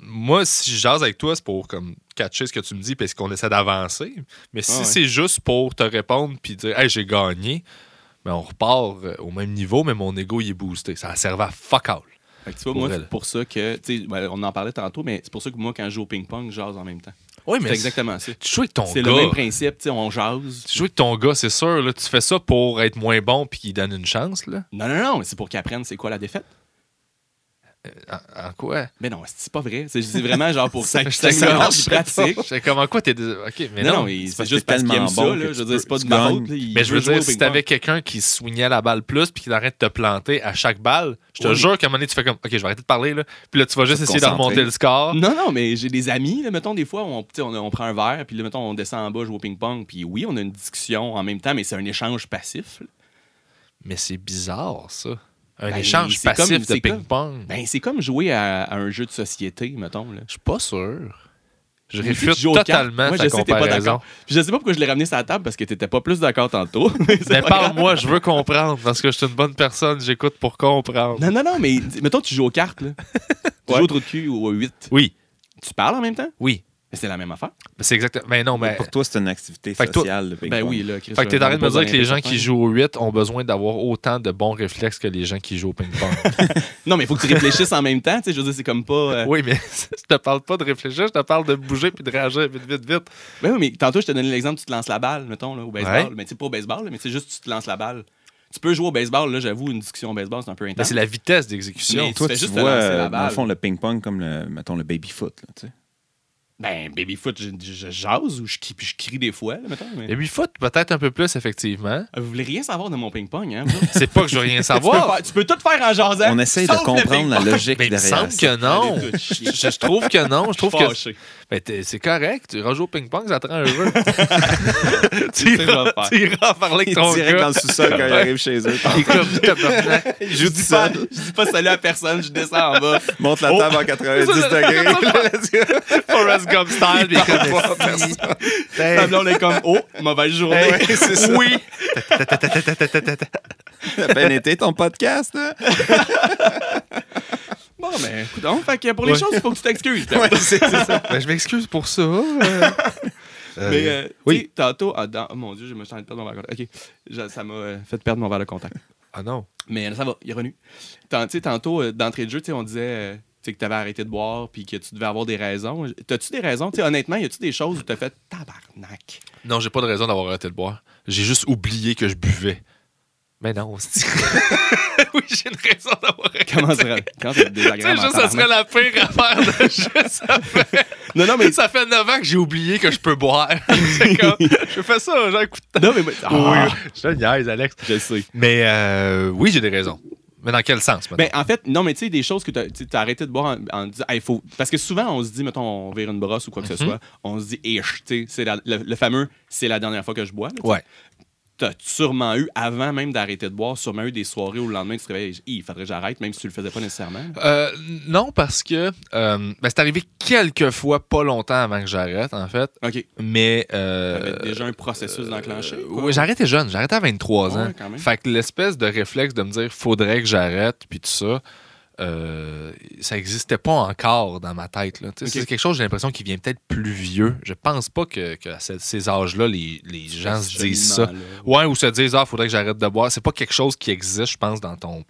moi, si je jase avec toi, c'est pour comme catcher ce que tu me dis parce qu'on essaie d'avancer. Mais si Ah ouais. c'est juste pour te répondre puis dire Hey, j'ai gagné, ben on repart euh, au même niveau, mais mon ego il est boosté. Ça servait à fuck all. Fait que tu vois, Pour moi, elle. c'est pour ça que. Tu sais, ben, on en parlait tantôt, mais c'est pour ça que moi, quand je joue au ping-pong, je jase en même temps. Oui, C'est exactement ça. Tu joues avec ton C'est gars. le même principe, tu sais, on jase. Tu joues avec ton gars, c'est sûr. Là, tu fais ça pour être moins bon puis qu'il donne une chance. Là. Non, non, non, c'est pour qu'ils apprennent c'est quoi la défaite. En, en quoi? Mais non, c'est pas vrai. C'est c'est vraiment genre pour ça que J'étais comme- pratique. J'étais comme en quoi t'es. dés- Ok, mais non, non. non, il- c'est c'est parce juste que t'es parce qu'il aime tellement ça. bon là. que je veux tu dire, peux- c'est pas de tu ma faute. gagnes. là. Il Mais je veux jouer dire, au si ping-pong. t'avais quelqu'un qui soignait la balle plus puis qui arrête de te planter à chaque balle, je te Oui. jure qu'à un moment donné, tu fais comme Ok, je vais arrêter de parler. Là. Puis là, tu vas juste te essayer de concentrer. remonter le score. Non, non, mais j'ai des amis, là, mettons, des fois, on, tu sais, on, on prend un verre, puis là, mettons, on descend en bas, jouer au ping-pong, puis oui, on a une discussion en même temps, mais c'est un échange passif. là. Mais c'est bizarre, ça. Un Ben, échange c'est comme- passif de c'est comme- ping-pong. Ben, c'est comme jouer à, à un jeu de société, mettons. Là. je suis pas sûr. Je Puis tu réfute joues aux cartes. totalement Moi, ta je sais que t'es pas comparaison. d'accord. Puis Je sais pas pourquoi je l'ai ramené sur la table, parce que t'étais pas plus d'accord tantôt. C'est Mais pas grave. Ben, parle-moi, je veux comprendre parce que je suis une bonne personne, j'écoute pour comprendre. Non, non, non, mais mettons, tu joues aux cartes, là. tu Ouais. joues au trou de cul ou au 8. Oui, Tu parles en même temps? oui. Mais C'est la même affaire. Mais C'est exactement. Mais non, mais. Pour toi, c'est une activité Fait que toi- sociale, le Ben ping-pong. oui, là. Chris, Fait que t'es on en train de me pose dire que les gens rien qui certain. jouent au 8 ont besoin d'avoir autant de bons réflexes que les gens qui jouent au ping-pong. Non, mais il faut que tu réfléchisses en même temps. Tu sais, je veux dire, c'est comme pas. euh, oui, mais je te parle pas de réfléchir, je te parle de bouger puis de réagir vite, vite, vite. Ben oui, mais tantôt, je t'ai donné l'exemple, tu te lances la balle, mettons, là, au baseball. Ouais. Mais tu sais, pas au baseball, là, mais c'est juste, tu te lances la balle. Tu peux jouer au baseball, là, j'avoue, une discussion au baseball, c'est un peu Mais intense. Ben, c'est la vitesse d'exécution. Mais- Toi, fais tu juste te vois, lancer la euh, dans balle. le fond, le ping-pong comme, le, mettons, le baby-foot. là, tu sais. Ben, baby foot, je, je jase ou je, crie- puis je crie des fois, là, mettons. mais- Le 8 foot, peut-être un peu plus, effectivement. Ah, Vous voulez rien savoir de mon ping-pong, hein? vous autres? C'est pas que je veux rien tu, peux savoir. faire- tu peux tout faire en jasant. On essaye de sauf le comprendre la ping-pong. logique Mais il me derrière semble ça. que non. Allez, tout chier. Je, je trouve que non. Je trouve que. Fâché. Ben, t'es- c'est correct. Tu rejoues au ping-pong, ça te rend heureux. C'est ça tu, que je vais iras, faire. tu iras parler avec ton Direct gars. dans le sous-sol quand ils arrivent chez eux. Il est comme, tabarnak. Je dis pas, je dis pas salut à personne, je descends en bas. Monte la Oh. table en 90 degrés. Forrest Gump style, puis il est comme, Merci. Ta Hey. blonde est comme, oh, mauvaise journée. Ouais, c'est ça. Oui. T'as bien été ton podcast. hein? Bon, ben, écoute, donc, fait que pour les Ouais. choses, il faut que tu t'excuses. Ouais, c'est- c'est ça. Ben, je m'excuse pour ça. euh. Mais Euh, euh, tu oui. sais, tantôt, ah, dans- oh mon Dieu, je me suis en train de perdre mon verre de contact. OK, Je- ça m'a euh, fait perdre mon verre de contact. Ah non. Mais euh, ça va, il est revenu. Tant- tu sais, tantôt, euh, d'entrée de jeu, tu sais, on disait euh, tu sais, que tu avais arrêté de boire puis que tu devais avoir des raisons. T'as-tu des raisons? Tu sais, honnêtement, y a-tu des choses où t'as fait tabarnak? Non, j'ai pas de raison d'avoir arrêté de boire. J'ai juste oublié que je buvais. Mais non, on se dit. oui, j'ai une raison d'avoir. Comment ça Comment ça va être Tu sais, désagréable? en juste, ça tabarnak? serait la pire affaire de juste. Ça fait, Non, non, mais. ça fait 9 ans que j'ai oublié que je peux boire. C'est comme, je fais ça, j'ai un coup de Non, mais. Ah, Ah, Je te niaise, Alex. Je sais. Mais euh, oui, j'ai des raisons. Mais dans quel sens, maintenant? Ben, en fait, non, mais tu sais, des choses que tu as, arrêté de boire en, en disant, Hey, faut. Parce que souvent, on se dit, mettons, on vire une brosse ou quoi que ce Mhm. soit, on se dit, ish, tu sais, c'est la- le, le fameux, c'est la dernière fois que je bois. là. ouais. T'as sûrement eu, avant même d'arrêter de boire, sûrement eu des soirées où le lendemain, tu te réveilles, il faudrait que j'arrête, même si tu le faisais pas nécessairement. Euh, non, parce que euh, ben, c'est arrivé quelques fois, pas longtemps avant que j'arrête, en fait. OK. Mais. T'avais Euh, déjà un processus d'enclencher. euh, quoi. oui, j'arrêtais jeune, j'arrêtais à 23 Ouais, ans. quand même. Fait que l'espèce de réflexe de me dire faudrait que j'arrête, puis tout ça, euh, ça n'existait pas encore dans ma tête. là. Tu sais, Ok. C'est quelque chose, j'ai l'impression, qui vient peut-être plus vieux. Je pense pas que, que à ce- ces âges-là, les, les gens se disent ça. Cheminement, là. Ouais, ou se disent Ah, faudrait que j'arrête de boire. C'est pas quelque chose qui existe, je pense, dans ton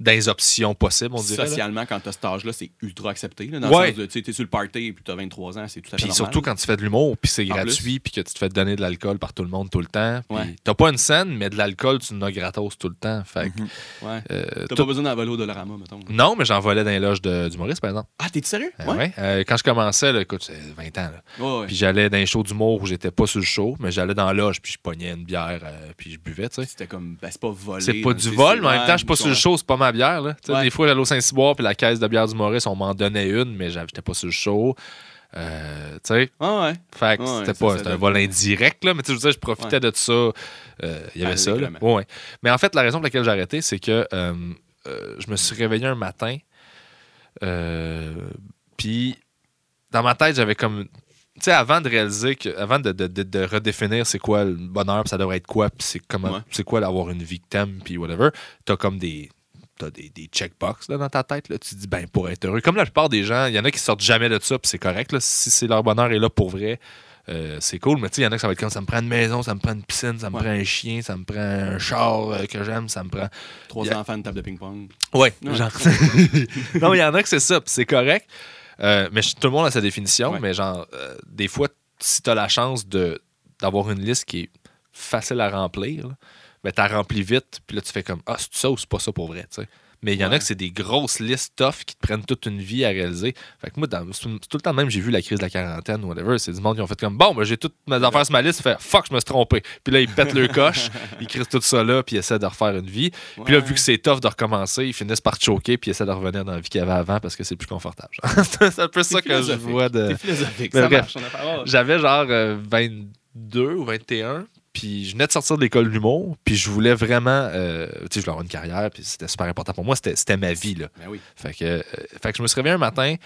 dans les options possibles, on dirait. là. Socialement, quand t'as cet âge-là, c'est ultra accepté. Là, dans Ouais. le sens de, tu sais, t'es sur le party et puis t'as 23 ans, c'est tout à fait Puis normal. surtout quand tu fais de l'humour, puis c'est En gratuit, puis que tu te fais donner de l'alcool par tout le monde tout le temps. Puis Ouais. T'as pas une scène, mais de l'alcool, tu en as gratos tout le temps. Fait que, Ouais. euh, Mhm. T'as tout- pas besoin d'en voler au Dollarama, mettons. Non, mais j'en volais dans les loges de- d'humoristes, par exemple. Ah, t'es sérieux? Euh, ouais. Euh, quand je commençais, là, écoute, c'est 20 ans. là. Ouais, ouais. Puis j'allais dans les shows d'humour où j'étais pas sur le show, mais j'allais dans la loge, puis je pognais une bière, euh, puis je buvais, tu sais. C'était comme, ben, c'est pas volé. C'est pas là, du c'est- vol, c'est- mais en même temps, je suis pas ouais, sur le show, c'est pas ma bière. Là. Tu sais, Ouais. Des fois, j'allais au Saint-Cyboire, puis la caisse de bière du Maurice, on m'en donnait une, mais j'avais- j'étais pas sur le show. Euh, tu sais, Ouais, ouais. fait que Ouais, ça, c'était pas ça c'était un donne- vol indirect, là, mais tu sais, je, veux dire, je profitais de ça. Euh, Il y avait Ah, ça. là. régulièrement. Ouais, ouais. Mais en fait, la raison pour laquelle j'ai arrêté, c'est que euh, euh, je me suis réveillé un matin, euh, puis dans ma tête, j'avais comme. Tu sais, avant de réaliser, que, avant de, de- de- de redéfinir c'est quoi le bonheur, puis ça devrait être quoi, puis c'est comment, Ouais. c'est quoi d'avoir une vie que t'aimes, puis whatever, t'as comme des. T'as des, des checkbox là, dans ta tête. Là. Tu te dis, ben, pour être heureux. Comme la plupart des gens, il y en a qui sortent jamais de ça, puis c'est correct. là. Si c'est leur bonheur est là pour vrai, euh, c'est cool. Mais tu sais, il y en a qui ça va être comme ça me prend une maison, ça me prend une piscine, ça me Ouais. prend un chien, ça me prend un char euh, que j'aime, ça me prend. Trois Yeah. Euh, enfants, une table de ping-pong. Ouais, Ouais. genre. non, mais il y en a que c'est ça, puis c'est correct. Euh, mais je- tout le monde a sa définition, Ouais. mais genre, euh, des fois, si tu as la chance de d'avoir une liste qui est facile à remplir, là, ben t'as rempli vite, puis là tu fais comme Ah, c'est ça ou c'est pas ça pour vrai, tu sais. Mais il y en a Ouais. que c'est des grosses listes tough qui te prennent toute une vie à réaliser. Fait que moi, dans- c'est tout le temps même, j'ai vu la crise de la quarantaine ou whatever. C'est du monde qui ont fait comme Bon, ben, j'ai toutes mes affaires sur ma liste, fait fuck, je me suis trompé. Puis là, ils pètent le coche, ils crissent tout ça là, puis ils essaient de refaire une vie. Puis là, vu que c'est tough de recommencer, ils finissent par te choquer puis ils essaient de revenir dans la vie qu'il y avait avant parce que c'est plus confortable. genre. c'est un peu ça que je philosophique. vois de. C'est philosophique, Mais ça bref. marche. ton affaire. Ouais. J'avais genre euh, 22 ou 21, puis je venais de sortir de l'école de l'humour, puis je voulais vraiment. euh, tu sais, je voulais avoir une carrière, puis c'était super important pour moi, c'était c'était ma vie, là. Ben oui. Fait que, euh, fait que je me suis réveillé un matin,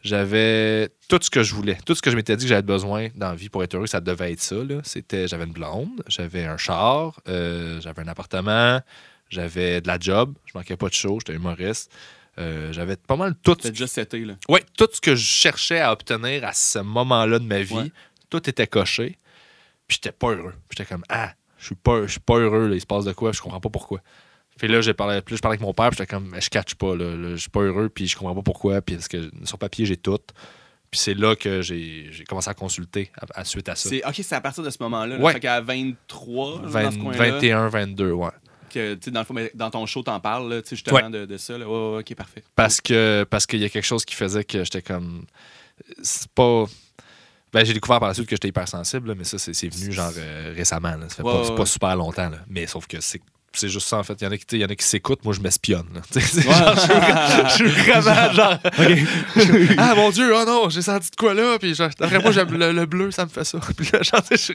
j'avais tout ce que je voulais, tout ce que je m'étais dit que j'avais besoin dans la vie pour être heureux, ça devait être ça. là. C'était, j'avais une blonde, j'avais un char, euh, j'avais un appartement, j'avais de la job, je manquais pas de show, j'étais humoriste. Euh, j'avais pas mal tout, T'as déjà seté, là. ouais, tout ce que je cherchais à obtenir à ce moment-là de ma vie, Ouais. tout était coché. Puis j'étais pas heureux. J'étais comme ah, je suis pas, je suis pas heureux. là. il se passe de quoi Je comprends pas pourquoi. Puis là, j'ai parlé, puis là, je parlais avec mon père, puis j'étais comme, Mais je catch pas, là, Là, je suis pas heureux, puis je comprends pas pourquoi, puis parce que sur papier, j'ai tout. Puis c'est là que j'ai j'ai commencé à consulter à, à- suite à ça. C'est, ok, c'est à partir de ce moment-là. là. Ouais. Fait qu'à 23, Vingt- dans ce coin-là, 21, 22, ouais. que, tu sais, dans, le fond, mais dans ton show, t'en parles, là, tu sais, justement, Ouais. de, de ça. Là. Ouais, ouais, ouais, ok, parfait. Parce que parce qu'il y a quelque chose qui faisait que j'étais comme c'est pas ben, j'ai découvert par la suite que j'étais hypersensible, là, mais ça, c'est c'est venu genre euh, récemment. là. Ça fait Ouais, pas, ouais, c'est pas ouais. super longtemps. là. Mais sauf que c'est c'est juste ça, en fait. Il y en a qui, tu sais, il y en a qui s'écoutent, moi, je m'espionne. là. Tu sais, c'est Ouais. genre, je, suis- je suis vraiment genre. ah mon Dieu, oh non, j'ai senti de quoi là. Puis genre, après, moi, j'aime le, le bleu, ça me fait ça. Puis là, genre, je suis-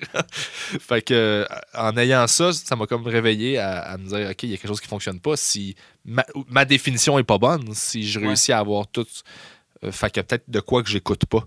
Fait que, euh, en ayant ça, ça m'a comme réveillé à, à me dire, OK, il y a quelque chose qui fonctionne pas. Si ma, ou- ma définition est pas bonne, si je Ouais. réussis à avoir tout. euh, fait que peut-être de quoi que j'écoute pas.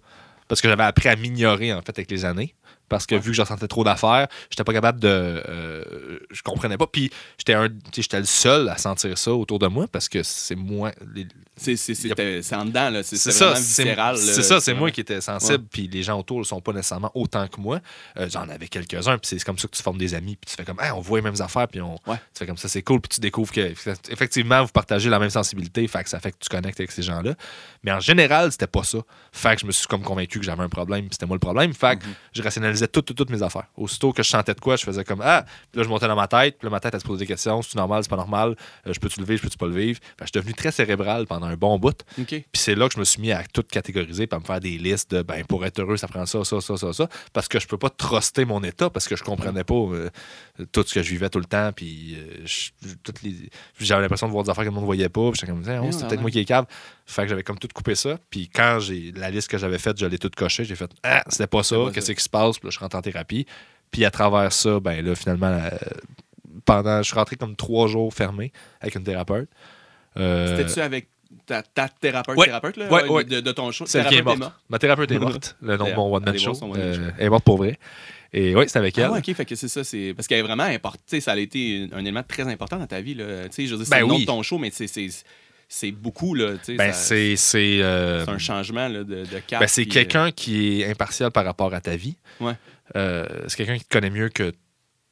Parce que j'avais appris à m'ignorer, en fait, avec les années. Parce que vu que j'en sentais trop d'affaires, j'étais pas capable de. euh, je comprenais pas. Puis j'étais un- tu sais, j'étais le seul à sentir ça autour de moi parce que c'est moi. les- C'est, c'est, c'est, Yep. euh, c'est en dedans, là. C'est, c'est c'est ça, vraiment c'est viscéral. là. c'est ça, c'est vraiment- moi qui étais sensible, puis les gens autour ne sont pas nécessairement autant que moi. Euh, J'en avais quelques-uns, puis c'est comme ça que tu formes des amis, puis tu fais comme, Hey, on voit les mêmes affaires, puis on. Ouais. Tu fais comme ça, c'est cool, puis tu découvres que effectivement vous partagez la même sensibilité, fait que ça fait que tu connectes avec ces gens-là. Mm-hmm. Mais en général, c'était pas ça. Fait que je me suis comme convaincu que j'avais un problème, puis c'était moi le problème. Fait que j'ai rationalisé rationalisais toutes, toutes, toutes mes affaires. Aussitôt que je sentais de quoi, je faisais comme Ah, puis là, je montais dans ma tête, puis là, ma tête, elle se posait des questions c'est normal, c'est pas normal, Euh, je peux-tu le vivre, je peux-tu pas le vivre. Fait que je suis devenu très cérébral pendant un bon bout. OK. Puis c'est là que je me suis mis à tout catégoriser, puis à me faire des listes de ben pour être heureux, ça prend ça, ça, ça, ça, ça. Parce que je peux pas truster mon état, parce que je comprenais pas euh, tout ce que je vivais tout le temps, puis euh, je- je- toutes les- j'avais l'impression de voir des affaires que le monde voyait pas, puis j'étais comme, Tiens, oh, Ouais, c'était ouais, peut-être ouais. moi qui est cave. Fait que j'avais comme tout coupé ça, puis quand j'ai la liste que j'avais faite, je l'ai toute cochée, j'ai fait, ah, c'était pas ça, C'est pas qu'est-ce ça. qui se passe, puis là, je rentre en thérapie. Puis à travers ça, ben là, finalement, euh, pendant, je suis rentré comme trois jours fermé avec une thérapeute. Euh, C'était-tu avec ta, ta thérapeute, Ouais. thérapeute là, Ouais, ouais. De, de ton show? Celle qui est Thérapeute morte. Emma. Ma thérapeute est morte. Le nom de mon one-man Allez show. voir son one-man Euh, elle est morte pour vrai. Et oui, c'est avec elle. Ah ouais, ok, fait que c'est ça, c'est parce qu'elle est vraiment importante. Ça a été un, un élément très important dans ta vie là. Tu sais, je veux dire, c'est Ben le nom oui. de ton show, mais c'est c'est c'est beaucoup là. tu sais, Ben, ça- c'est. C'est euh, c'est un changement là, de, de cap. ben, c'est puis, quelqu'un qui est impartial par rapport à ta vie. Ouais. Euh, c'est quelqu'un qui te connaît mieux que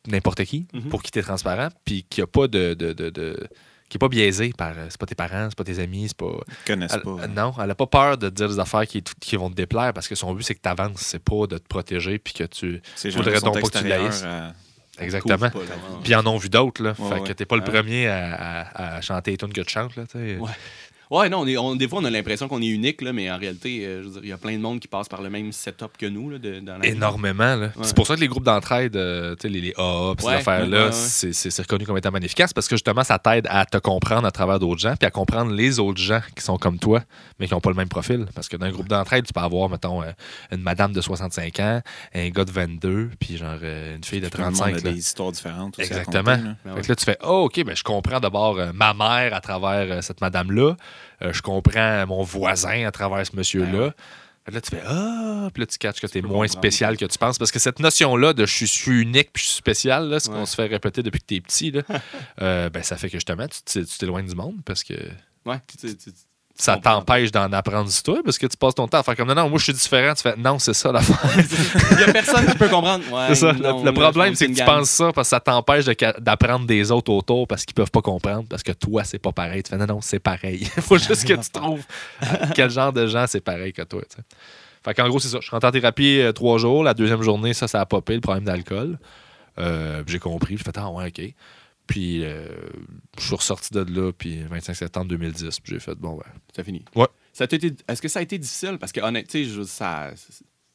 n'importe qui, Mhm. pour qui t'es transparent, puis qui a pas de. de, de- de- qui est pas biaisé par. euh, C'est pas tes parents, c'est pas tes amis, c'est pas. Ben, Ils connaissent Elle- pas. euh, non, elle a pas peur de te dire des affaires qui, qui vont te déplaire parce que son but, c'est que tu avances, c'est pas de te protéger puis que tu. Ces gens Faudrait qui sont donc pas que tu extérieurs laisses. à- euh, Exactement. couvre pas, là, ouais. Puis ils en ont vu d'autres, là. Ouais, fait que ouais. t'es pas le Ouais. premier à, à- à chanter les tunes que tu chantes, là, tu sais. Ouais. Ouais, non, on est- on- des fois, on a l'impression qu'on est unique, là, mais en réalité, euh, je veux dire, il y a plein de monde qui passe par le même setup que nous. Là, de- dans la vie. Énormément, là. Ouais. C'est pour ça que les groupes d'entraide, euh, tu sais, les, les AA, pis ces Ouais, affaires-là, ouais, ouais. c'est- c'est c'est reconnu comme étant magnifique parce que justement, ça t'aide à te comprendre à travers d'autres gens, puis à comprendre les autres gens qui sont comme toi, mais qui n'ont pas le même profil. Parce que dans un groupe d'entraide, tu peux avoir, mettons, euh, une madame de 65 ans, un gars de 22, puis genre euh, une fille de Tout le monde 35. a là. des histoires différentes. aussi à Exactement. compter, là. Ben Fait ouais. que là, tu fais, oh, OK, ben, je comprends d'abord euh, ma mère à travers euh, cette madame-là. Euh, je comprends mon voisin à travers ce monsieur-là. Ben Fait que là, tu fais, ah, puis là, tu catches que tu es peux moins comprendre. spécial que tu penses. Parce que cette notion-là de je suis- je suis unique puis je suis spécial, là, ce qu'on Ouais. se fait répéter depuis que tu es petit, là, euh, ben, ça fait que justement, tu t- tu t'éloignes du monde parce que Ouais, tu- tu- tu- ça comprends. t'empêche d'en apprendre sur toi parce que tu passes ton temps à faire comme non, non, moi je suis différent. Tu fais, non, c'est ça l'affaire. Il n'y a personne qui peut comprendre. Ouais, C'est ça. Le- non, le là, problème, je c'est que une tu gang. penses ça parce que ça t'empêche de ca- d'apprendre des autres autour parce qu'ils peuvent pas comprendre, parce que toi, c'est pas pareil. Tu fais non, non, c'est pareil. faut juste que tu trouves à quel genre de gens c'est pareil que toi. tu sais. Fait qu'en gros, c'est ça. Je suis rentré en thérapie euh, trois jours. La deuxième journée, ça, ça a popé, le problème d'alcool. Euh, puis j'ai compris. J'ai fait ah ouais, OK. Puis euh, je suis ressorti de là, puis 25 septembre 2010. Puis j'ai fait bon, ben. C'est fini. Ouais. Ça t'a été- Est-ce que ça a été difficile? Parce que honnêtement, je, ça,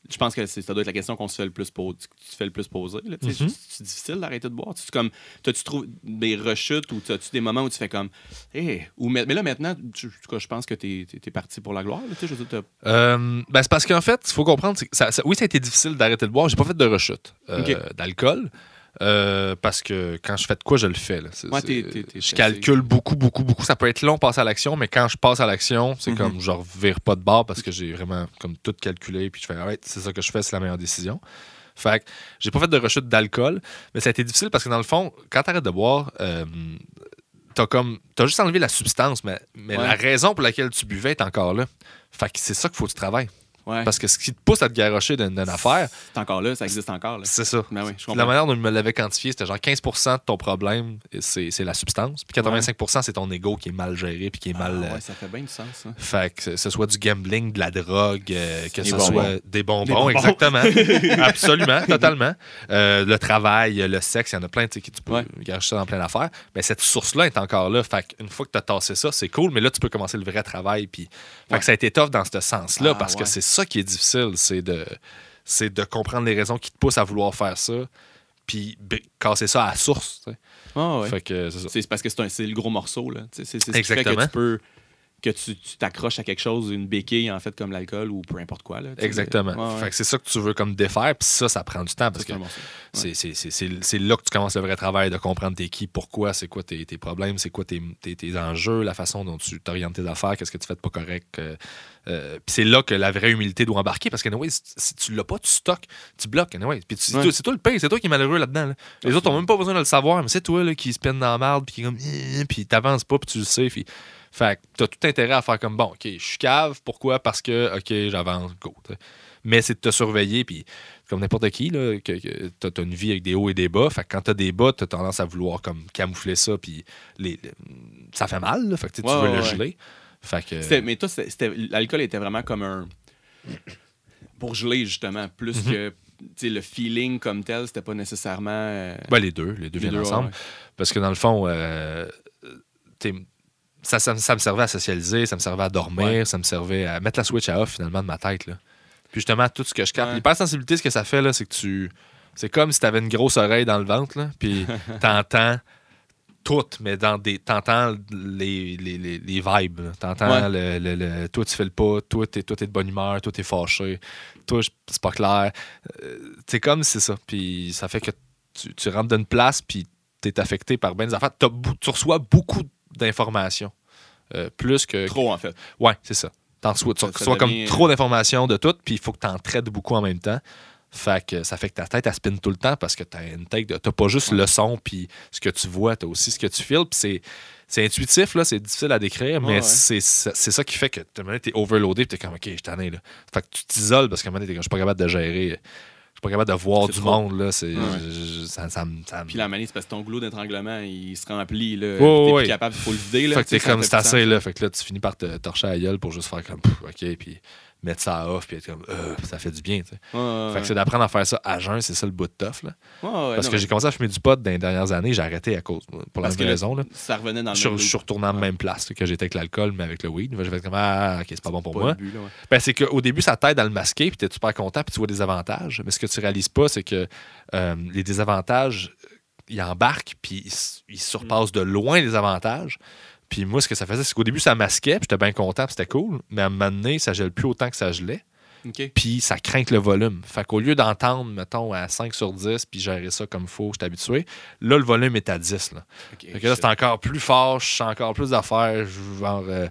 je pense que c'est- ça doit être la question qu'on se fait le plus poser. Tu te fais le plus poser. là. Tu sais, Mhm. c'est- C'est difficile d'arrêter de boire. Tu comme, t'as-tu trouvé des rechutes ou t'as-tu des moments où tu fais comme, Hey! ou mais, mais là maintenant, tu- en tout cas, je pense que t'es es, parti pour la gloire. là. Tu sais, je veux dire, t'as- Euh, ben, c'est parce qu'en fait, il faut comprendre, c'est que ça, ça- oui, ça a été difficile d'arrêter de boire. J'ai pas fait de rechute euh, Ok. d'alcool. euh, parce que quand je fais de quoi, je le fais. là. C'est- Ouais, c'est- t'es- t'es- t'es je stressé. calcule beaucoup, beaucoup, beaucoup. Ça peut être long de passer à l'action, mais quand je passe à l'action, c'est Mhm. comme je revire pas de bord parce que j'ai vraiment comme tout calculé. Puis je fais, arrête, c'est ça que je fais, c'est la meilleure décision. Fait que j'ai pas fait de rechute d'alcool, mais ça a été difficile parce que dans le fond, quand t'arrêtes de boire, euh, t'as comme t'as juste enlevé la substance, mais, mais Ouais. la raison pour laquelle tu buvais est encore là. Fait que c'est ça qu'il faut que tu travailles. ouais. Parce que ce qui te pousse à te garrocher d'une d'une affaire, C'est encore là, ça existe encore. là. c'est ça. Ben oui, je la comprends. manière dont il me l'avait quantifié, c'était genre 15 de ton problème, c'est c'est la substance. Puis 85 c'est ton ego qui est mal géré puis qui est mal. Ah euh, ouais, ça fait bien du sens. hein. Fait que ce soit du gambling, de la drogue, euh, que Des ce bonbons. soit des bonbons, Des bonbons. exactement. Absolument, totalement. Euh, le travail, le sexe, il y en a plein tu sais, qui tu peux Ouais. gager ça dans plein d'affaires. Mais cette source-là est encore là. Fait qu'une fois que tu as tassé ça, c'est cool, mais là, tu peux commencer le vrai travail. Puis... Fait Ouais. que ça a été tough dans ce sens-là Ah, parce que ouais. c'est ça qui est difficile, c'est de, c'est de comprendre les raisons qui te poussent à vouloir faire ça. Puis b- casser ça à la source. tu sais. Ah ouais. Fait que c'est ça. C'est c'est parce que c'est un- c'est le gros morceau. là. Tu sais, C'est c'est ce qui fait que Exactement. tu peux que tu tu t'accroches à quelque chose, une béquille en fait comme l'alcool ou peu importe quoi. là. Tu sais, Exactement. ouais, ouais. Fait que c'est ça que tu veux comme défaire. Puis ça, ça prend du temps Ça, parce c'est que euh, un morceau. C'est- c'est- C'est c'est- c'est là que tu commences le vrai travail de comprendre t'es qui, pourquoi, c'est quoi tes, tes problèmes, c'est quoi tes, tes- tes enjeux, la façon dont tu t'orientes tes affaires, qu'est-ce que tu fais de pas correct. euh, euh, Puis c'est là que la vraie humilité doit embarquer parce que anyway, si- si tu l'as pas, tu stockes, tu bloques. Anyway. Puis tu- c'est Ouais. toi- c'est toi le pire, c'est toi qui est malheureux là-dedans. là. Les autres ont même pas besoin de le savoir, mais c'est toi là, qui se peine dans la merde, puis qui est comme, Ih, ih, puis t'avances pas, puis tu le sais. Puis... Fait que t'as tout intérêt à faire comme bon, ok, je suis cave, pourquoi Parce que, ok, j'avance, go. tu sais. Mais c'est de te surveiller, puis comme n'importe qui, là, que, que t'as t'as une vie avec des hauts et des bas. Fait que quand t'as des bas, t'as tendance à vouloir comme camoufler ça, puis les, les- ça fait mal, là. Fait que tu sais, tu Ouais, veux ouais, le ouais. geler. Fait que. C'était- Mais toi, Mm-hmm. c'était- c'était- l'alcool était vraiment comme un. pour geler, justement, plus que tu sais, le feeling comme tel, c'était pas nécessairement. euh, Ben, les deux, les deux les viennent deux, ensemble. ouais. Parce que dans le fond, euh, t'es- ça, ça, me- ça me servait à socialiser, ça me servait à dormir, Ouais. ça me servait à mettre la switch à off finalement de ma tête. Là. Puis justement, tout ce que je capte. Ouais. L'hypersensibilité, ce que ça fait, là, c'est que tu. C'est comme si t'avais une grosse oreille dans le ventre, là, puis t'entends tout, mais dans des. T'entends les, les, les, les vibes. là. T'entends le, le- le- Toi, tu fais le pas, toi, t'es toi, t'es de bonne humeur, toi, t'es fâché, toi, je- c'est pas clair. Euh, c'est comme c'est ça. Puis ça fait que tu, tu rentres d'une place, puis t'es affecté par ben des affaires. T'as bou- tu reçois beaucoup d'informations. Euh, plus que. Trop, en fait. Ouais, c'est ça. T'en reçois, tu Ça- euh, ça reçois comme devient- trop d'informations de tout, puis il faut que t'en traites beaucoup en même temps. Fait que ça fait que ta tête, elle spinne tout le temps parce que t'as une tech de. T'as pas juste le son, puis ce que tu vois, t'as aussi ce que tu files, puis c'est. C'est intuitif, là, c'est difficile à décrire, mais Ouais, ouais. c'est ça, c'est ça qui fait que t'as- à un moment donné, t'es overloadé, puis t'es comme, OK, je t'en ai, là. Fait que tu t'isoles parce qu'à un moment donné, t'es comme, je suis pas capable de gérer, je suis pas capable de voir C'est du trop. monde, là. c'est- Ouais. je- je- ça- ça me- ça me- Puis la manie, c'est parce que ton goulot d'étranglement, il se remplit. Là, Ouais, puis Euh, t'es ouais, plus ouais. capable, faut le vider. Là, fait tu que sais, t'es ça comme fait c'est plus sens. assez là. Fait que là, tu finis par te torcher à la gueule pour juste faire comme Pff, OK, puis mettre ça à off, puis être comme Euh, ça fait du bien. tu sais. Ouais, ouais, Fait que c'est d'apprendre à faire ça à jeun, c'est ça le bout de tough. Là. ouais, ouais, Parce non, que j'ai commencé à fumer du pot dans les dernières années, j'ai arrêté à cause, pour la Parce que même le- raison. Là. mais Ça revenait dans le Je suis- même je suis loop. retourné en Ouais. même place que j'étais avec l'alcool, mais avec le weed. J'ai fait comme Ah, ok, c'est pas bon pour Pas moi. le but, là, ouais. Ben, c'est qu'au début, ça t'aide à le masquer, puis t'es super content, puis tu vois des avantages. Mais ce que tu réalises pas, c'est que euh, les désavantages, euh, ils embarquent, puis ils, s- ils surpassent de loin les avantages. Puis moi, ce que ça faisait, c'est qu'au début, ça masquait, puis j'étais bien content, puis c'était cool. Mais à un moment donné, ça gèle plus autant que ça gelait, OK. puis ça craint le volume. Fait qu'au lieu d'entendre, mettons, à 5 sur 10, puis gérer ça comme faut, j'étais habitué, là, le volume est à 10. Là. OK, Fait que là, c'est encore plus fort, je sens encore plus d'affaires, je- genre. euh,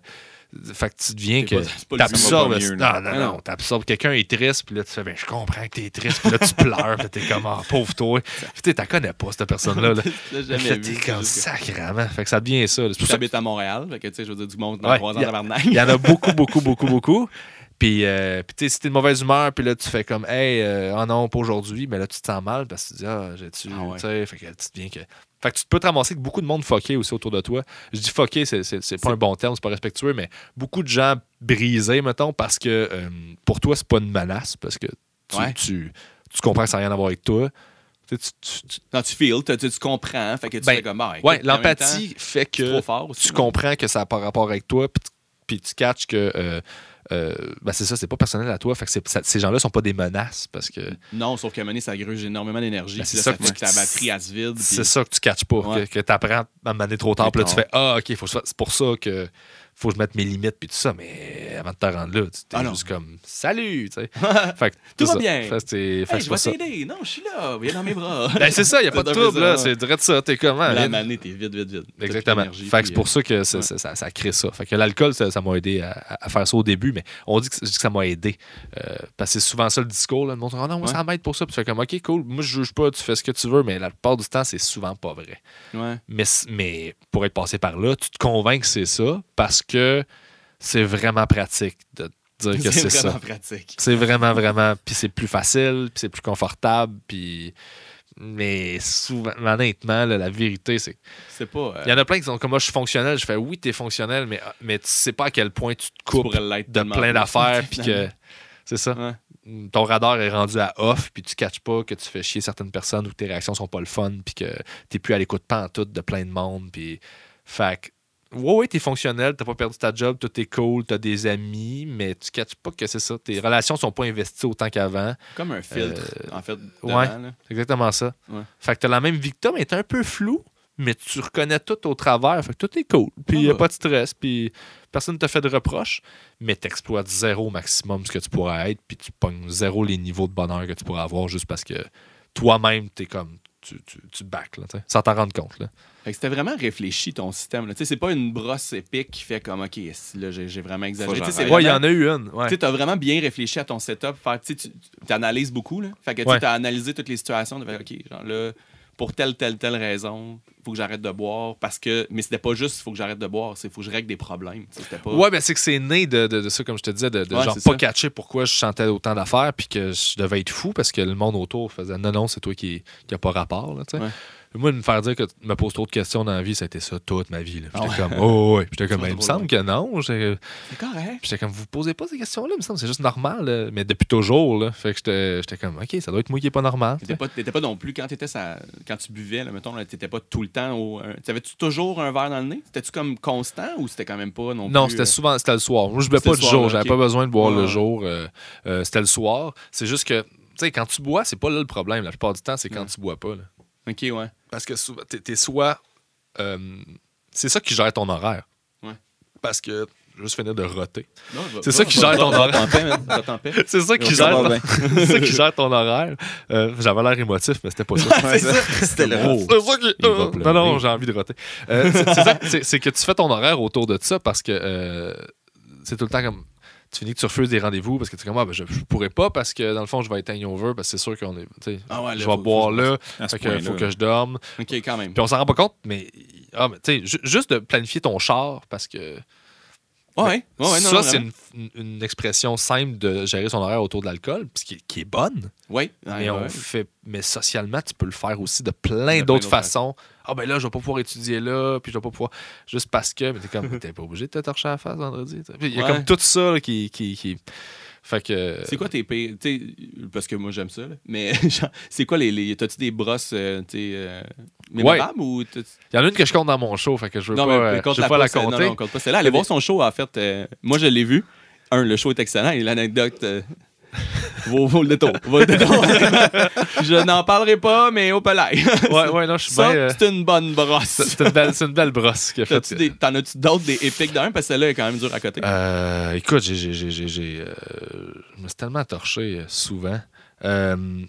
fait que tu deviens C'est que pas- c'est pas le- t'absorbes. ça va pas non, mieux, là. non, Ah non, non. t'absorbes. Quelqu'un est triste, puis là, tu fais, ben, je comprends que t'es triste, puis là, tu pleures, puis t'es comme, Ah, pauvre toi. Puis tu sais, t'as connais pas, cette personne-là. Là. Je l'ai Fait que jamais là, vu. t'es c'est comme juste sacrément. Fait que ça devient ça. là. C'est que pour ça que- J'habite à Montréal. Fait que, tu sais, je veux dire, du monde dans Ouais, trois ans y a- tabarnak. Il y en a beaucoup, beaucoup, beaucoup, beaucoup. Puis, euh, puis tu sais, si t'es de mauvaise humeur, puis là, tu fais comme, hey, euh, oh non, pas aujourd'hui, mais là, tu te sens mal parce que tu te dis, ah, j'ai-tu. Ah ouais. tu sais, Fait que tu te viens que. Fait que tu peux te ramasser avec beaucoup de monde fucké aussi autour de toi. Je dis fucké, c'est, c'est, c'est pas C'est- un bon terme, c'est pas respectueux, mais beaucoup de gens brisés, mettons, parce que euh, pour toi, c'est pas une menace, parce que tu, Ouais. tu, tu comprends que ça n'a rien à voir avec toi. Tu sais, tu- tu- tu- Non, tu feels, tu, tu- tu comprends. Fait que tu Ben, fais comme. Ah, écoute, ouais, en même temps, l'empathie fait que c'est trop fort aussi. tu comprends que ça a pas rapport avec toi, puis tu- puis tu catches que euh, euh, ben c'est ça, c'est pas personnel à toi. Fait que c'est- ça- ces gens-là sont pas des menaces parce que Non, sauf qu'à un moment donné, ça gruge énormément d'énergie. Ben, puis c'est là, ça ça que fait tu- que ta batterie, elle se vide. puis- c'est ça que tu catches pas, Ouais. que, tu apprends à mener trop tard. Plus Puis là, tu tard. fais Ah, ok, faut que je fasse- c'est pour ça que faut que je mette mes limites, puis tout ça. Mais avant de te rendre là, tu t'es Ah non. juste comme Salut, tu sais. fait que Tout c'est va ça. bien. Fait que c'est- fait que Hey, c'est je pas vais ça. t'aider. Non, je suis là. Viens dans mes bras. Ben, c'est ça, il n'y a C'est pas de un peu trouble, là. ça, C'est direct ça. T'es comment? La manée, t'es vite, vite, vite. T'as plus Exactement. d'énergie, puis, Fait que euh, c'est pour ça que ça, ouais. ça- ça- ça crée ça. Fait que l'alcool, ça ça m'a aidé à, à- à faire ça au début, mais on dit que, je dis que ça m'a aidé. Euh, parce que c'est souvent ça le discours. Là. Le monde dit, Ah non, moi, Ouais. ça m'aide pour ça. Puis tu fais comme, OK, cool, moi, je juge pas, tu fais ce que tu veux, mais la plupart du temps, c'est souvent pas vrai. euh, ouais. Mais, c- mais pour être passé par là, tu te convaincs que c'est ça parce que c'est vraiment pratique de dire que C'est c'est ça. vraiment pratique. C'est vraiment, vraiment. Puis c'est plus facile, puis c'est plus confortable, puis. Mais souvent, honnêtement, là, la vérité, c'est C'est pas. euh, il y en a plein qui sont comme moi, je suis fonctionnel. Je fais oui, t'es fonctionnel, mais, ah, mais tu sais pas à quel point tu te tu coupes pourrais l'être de tellement plein plus. d'affaires. puis que c'est ça. Ouais. Ton radar est rendu à off, puis tu catches pas que tu fais chier certaines personnes ou que tes réactions sont pas le fun, puis que t'es plus à l'écoute pas en tout de plein de monde. Puis fait que, ouais, ouais, t'es fonctionnel, t'as pas perdu ta job, tout est cool, t'as des amis, mais tu catches pas que c'est ça. Tes relations sont pas investies autant qu'avant. Comme un filtre, en fait. Devant, Euh, ouais. là. C'est exactement ça. Ouais. Fait que t'as la même victime, elle est un peu floue, mais tu reconnais tout au travers. Fait que tout est cool. Puis Ah il a ouais. pas de stress, puis personne ne te fait de reproches, mais t'exploites zéro au maximum ce que tu pourrais être, puis tu pognes zéro les niveaux de bonheur que tu pourrais avoir juste parce que toi-même, t'es comme. Tu, tu, tu back, là, tu sais, sans t'en rendre compte. Là. Fait que c'était vraiment réfléchi ton système. là. Tu sais, c'est pas une brosse épique qui fait comme OK, si, là, j'ai j'ai vraiment exagéré. que Tu sais, c'est j'arrête. Ouais, il y vraiment- en a eu une. ouais. Tu as vraiment bien réfléchi à ton setup. Fait que, tu sais, tu analyses beaucoup. Là. Fait que Ouais. tu as analysé toutes les situations. De, faire, OK, genre là, pour telle, telle, telle raison, faut que j'arrête de boire. parce que Mais c'était pas juste faut que j'arrête de boire, c'est faut que je règle des problèmes. Tu sais, C'était pas. Ouais, ben c'est que c'est né de, de- de ça, comme je te disais, de, de Ouais, genre c'est pas ça. catcher pourquoi je chantais autant d'affaires, puis que je devais être fou parce que le monde autour faisait non, non, c'est toi qui, qui a pas rapport, là, tu sais. Ouais. Moi, de me faire dire que tu me poses trop de questions dans la vie, ça a été ça toute ma vie. là. Ah J'étais ouais. comme, oh, ouais. Puis J'étais comme, C'est il me drôle, semble que non. J'ai- C'est correct. Puis J'étais comme, vous posez pas ces questions-là, il me semble, c'est juste normal. là. Mais depuis toujours, là. Fait que j'étais- j'étais comme, OK, ça doit être moi qui est pas normal. T'étais pas, t'étais pas non plus, quand, t'étais sa- quand tu buvais, là, mettons, là, t'étais pas tout le temps au. un- T'avais-tu toujours un verre dans le nez? C'était-tu comme constant ou c'était quand même pas non, plus? Non, c'était euh, souvent c'était le soir. Moi, je buvais C'était pas le du soir, jour. là, J'avais ok. pas besoin de boire Ouais. le jour. euh, euh, c'était le soir. C'est juste que, tu sais, quand tu bois, c'est pas là le problème. La plupart du temps, c'est quand Ouais. tu bois pas. là. Ok, ouais. Parce que souvent, t'es, t'es soit. euh, c'est ça qui gère ton horaire. Ouais. Parce que. Je vais juste finir de roter. Non, va- C'est va- ça qui va- gère ton va- horaire. va- va- t'en paix, man. Va- t'en paix. C'est ça Et on qui gère, s'en va ton- bien. c'est ça qui gère ton horaire. Euh, j'avais l'air émotif, mais c'était pas ça. Ouais, ça, C'était le Oh. C'est ça qui- Il va euh, non, pleurer. non, j'ai envie de roter. Euh, c'est- c'est ça, c'est- c'est que tu fais ton horaire autour de ça parce que euh, c'est tout le temps comme. Tu finis que tu refuses des rendez-vous parce que tu es comme, ah, ben, je, je pourrais pas parce que dans le fond, je vais être hangover parce que c'est sûr qu'on est. tu sais, Ah ouais, là, je faut- vais faut- boire là, À ce fait que faut point-là. que je dorme. Ok, quand même. Puis on s'en rend pas compte, mais. Ah, mais tu sais, ju- juste de planifier ton char parce que. Ouais, ouais, ouais, non, ça, non, c'est vraiment. une, une- une expression simple de gérer son horaire autour de l'alcool, puis qui, qui est bonne. Ouais, ouais, Mais, on ouais. fait, mais socialement, tu peux le faire aussi de plein plein d'autres d'autres façons. Ah ben là, je vais pas pouvoir étudier là, puis je vais pas pouvoir... Juste parce que... Mais t'es comme, t'es pas obligé de te torcher à la face vendredi. tu sais. Puis Il y a Ouais. comme tout ça là, qui, qui, qui... Fait que... C'est quoi tes pires. t'sais, Parce que moi, j'aime ça, là. Mais genre, c'est quoi les. les T'as-tu des brosses, euh, t'sais, euh, mémorables ou. t'as- Il y en a une que je compte dans mon show, fait que je veux Non, pas, mais euh, compte je veux pas la pas, c'est- compter. Non, non, compte pas celle-là. Allez Mais- voir son show, en fait. euh, moi, je l'ai vu. Un, le show est excellent et l'anecdote euh, vaut, vaut le détour. Vaut le détour. je n'en parlerai pas, mais au palais. Ouais, ouais, non, je suis bien... Ça, euh, c'est une bonne brosse. C'est une belle- c'est une belle brosse que T'as-tu fait. des- T'en as-tu d'autres des épiques d'un? Parce que celle-là est quand même dure à côté. Euh, écoute, j'ai, j'ai, j'ai, j'ai, j'ai, euh, je me suis tellement torché euh, souvent. Euh,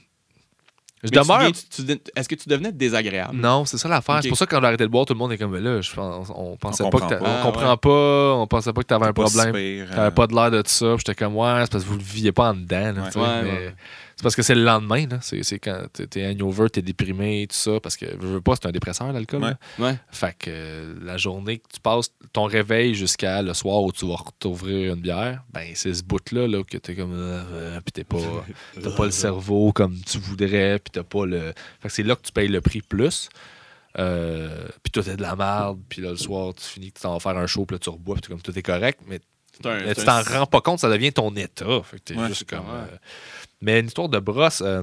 je Mais tu demeure... deviens- tu- tu- Est-ce que tu devenais désagréable? Non, c'est ça l'affaire. Ok. C'est pour ça que quand j'ai arrêté de boire, tout le monde est comme ben là, je pense- on, pensait On pas que comprend t'a- pas. on comprend pas, on pensait pas que t'avais un Pas si problème. pire, euh, T'avais pas de l'air de ça. Puis J'étais comme ouais, c'est parce que vous le viviez pas en dedans. là, Ouais. tu sais, Ouais, mais ouais. C'est parce que c'est le lendemain, là. C'est, c'est quand t'es, t'es hangover, t'es déprimé, tout ça, parce que je veux pas, c'est un dépresseur l'alcool. Ouais. là. Ouais. Fait que euh, la journée que tu passes ton réveil jusqu'à le soir où tu vas t'ouvrir une bière, ben c'est ce bout-là là, que t'es comme euh, euh, puis t'es pas. T'as pas le cerveau comme tu voudrais, puis t'as pas le. Fait que c'est là que tu payes le prix plus. Euh, puis tout est de la merde, puis là le soir tu finis que tu t'en vas faire un show, puis là tu rebois, puis t'es comme tout est correct, mais C'est un- mais c'est tu un- t'en rends pas compte, ça devient ton état. Fait que t'es Ouais, juste c'est comme. correct. euh, Mais une histoire de brosse, euh,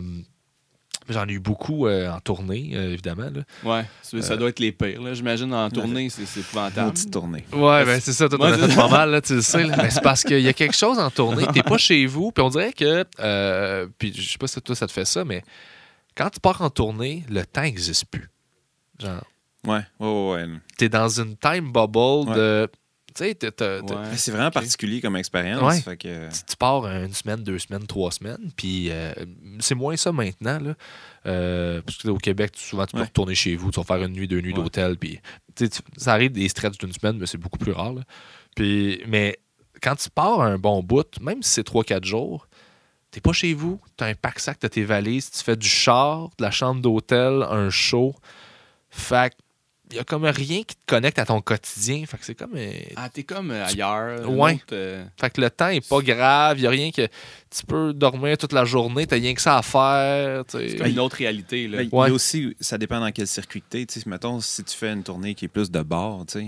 j'en ai eu beaucoup euh, en tournée, euh, évidemment. là. Ouais, ça Euh. ça doit être les pires. là. J'imagine en tournée, c'est c'est épouvantable. Maudite tournée. Ouais, ben c'est ça, toi, t'en Moi, as c'est fait pas mal, là, tu le sais. là. Mais c'est parce qu'il y a quelque chose en tournée, t'es pas chez vous, puis on dirait que. euh, puis je sais pas si toi, ça te fait ça, mais quand tu pars en tournée, le temps n'existe plus. Genre, Ouais, ouais, ouais. ouais. t'es dans une time bubble Ouais. de. Tu sais, t'es- t'es- t'es- Ouais. Mais C'est vraiment particulier comme expérience. Ouais. Fait que... euh, tu, tu pars une semaine, deux semaines, trois semaines, puis euh, c'est moins ça maintenant. Là. Euh, parce que au Québec, tu- souvent, tu peux Ouais. retourner chez vous, tu vas faire une nuit, deux nuits Ouais. d'hôtel, puis tu sais, tu- ça arrive des stretches d'une semaine, mais c'est beaucoup plus rare. là. Puis, mais quand tu pars un bon bout, même si c'est trois, quatre jours, t'es pas chez vous, t'as un pack-sac, t'as tes valises, tu fais du char, de la chambre d'hôtel, un show. Fait il y a comme rien qui te connecte à ton quotidien. Fait que c'est comme. euh, Ah, t'es comme euh, ailleurs. un Ouais. autre, euh, fait que le temps est pas grave, il a rien que. Tu peux dormir toute la journée, t'as rien que ça à faire. tu sais. c'est comme une autre réalité. Là. Mais Il y Ouais. a aussi, ça dépend dans quel circuit que tu es. Mettons, si tu fais une tournée qui est plus de bord, tu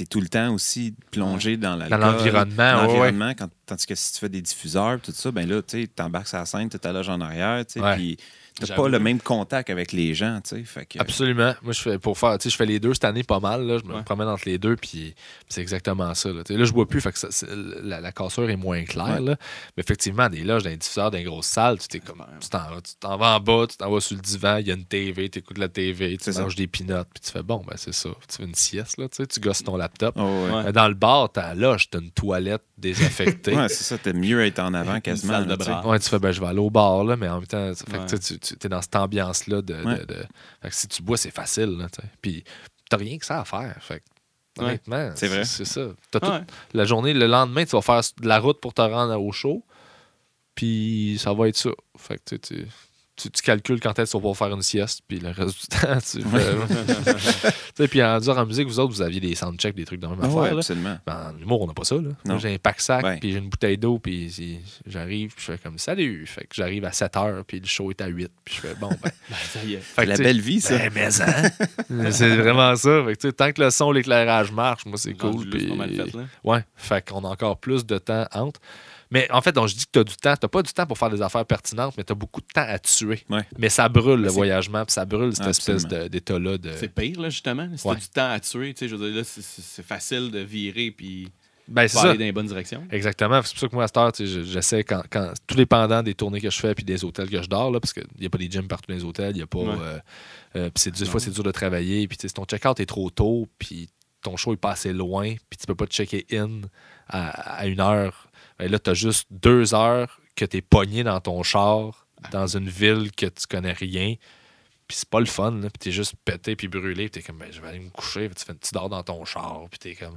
es tout le temps aussi plongé dans la Dans l'environnement, dans ouais, l'environnement, quand- tandis que si tu fais des diffuseurs, tout ça, ben là, tu embarques sur la scène, tu ta loge en arrière, tu Ouais. puis t'as J'avoue. pas le même contact avec les gens, tu sais. Fait que, Absolument. Moi, je fais pour faire, tu sais, je fais les deux cette année pas mal. Là. Je me Ouais. promène entre les deux, puis c'est exactement ça. Là, Tu sais, là je bois plus, fait que ça- c'est- la, la cassure est moins claire. Ouais. là. Mais effectivement, des loges, dans les diffuseurs, dans les grosses salles, tu t'es comme, tu t'en vas- tu t'en vas en bas, tu t'en vas sur le divan, il y a une TV, tu écoutes la TV, tu C'est ça. manges des pinottes, puis tu fais bon, ben c'est ça. Tu fais une sieste, là, tu sais, tu gosses ton laptop. Oh, ouais. Ouais. Mais Dans le bar, t'as la loge, t'as une toilette désaffectée. Ouais, c'est ça, t'es mieux être en avant Une quasiment. salle de là, tu sais. bras. Ouais, tu fais, ben, je vais aller au bar, là, mais en même temps, ça fait que, Ouais. tu sais, tu, es dans cette ambiance-là. De, de- Ouais. de- fait que si tu bois, c'est facile. Là, tu sais. Puis, t'as rien que ça à faire. Fait que, Ouais. honnêtement, C'est vrai. C'est ça. T'as Ah, toute ouais. la journée, le lendemain, tu vas faire de la route pour te rendre au show. Puis, ça va être ça. Fait que, tu sais, tu- tu, tu calcules quand est-ce qu'on va faire une sieste, puis le reste du temps, tu fais- Tu sais, puis en disant en musique, vous autres, vous aviez des soundchecks, des trucs dans la même Ah ouais, affaire. là. absolument. Ben, en humour, on n'a pas ça. Là. Moi, Non. j'ai un pack-sac, Ouais. puis j'ai une bouteille d'eau, puis si- j'arrive, puis je fais comme salut. Fait que j'arrive à 7 h, puis le show est à 8. Puis je fais bon, ben. Ça y est. Fait C'est que, la tu sais, belle vie, ça. ben, mais hein? c'est vraiment ça. Fait que, tu sais, tant que le son, l'éclairage marche, moi, c'est Rendu cool. là, puis- c'est euh, pas mal fait, là. Ouais, fait qu'on a encore plus de temps entre. Mais en fait, donc, je dis que tu as du temps. Tu pas du temps pour faire des affaires pertinentes, mais tu as beaucoup de temps à tuer. Ouais. Mais ça brûle le C'est- voyagement, puis ça brûle cette Absolument. espèce de- d'état-là. De... C'est pire, là, justement. Si t'as Ouais. du temps à tuer, tu sais, je veux dire, là, c'est- c'est c'est facile de virer puis Ben, c'est pas ça. aller dans les bonnes directions. Exactement. C'est pour ça que moi, à cette heure, tu sais, je- j'essaie, quand, quand, tout dépendant des tournées que je fais puis des hôtels que je dors, là, parce qu'il n'y a pas des gyms partout dans les hôtels, il n'y a pas. Ouais. euh, euh, puis c'est des fois, c'est dur de travailler. Puis tu sais, si ton check-out est trop tôt, puis ton show est pas assez loin, puis tu peux pas te checker in à, à une heure, ben là, tu as juste deux heures que tu es pogné dans ton char, dans une ville que tu connais rien. Puis c'est pas le fun, là. Puis t'es juste pété, puis brûlé. Puis t'es comme, ben, je vais aller me coucher. Puis tu, fais- tu dors dans ton char. Puis t'es comme,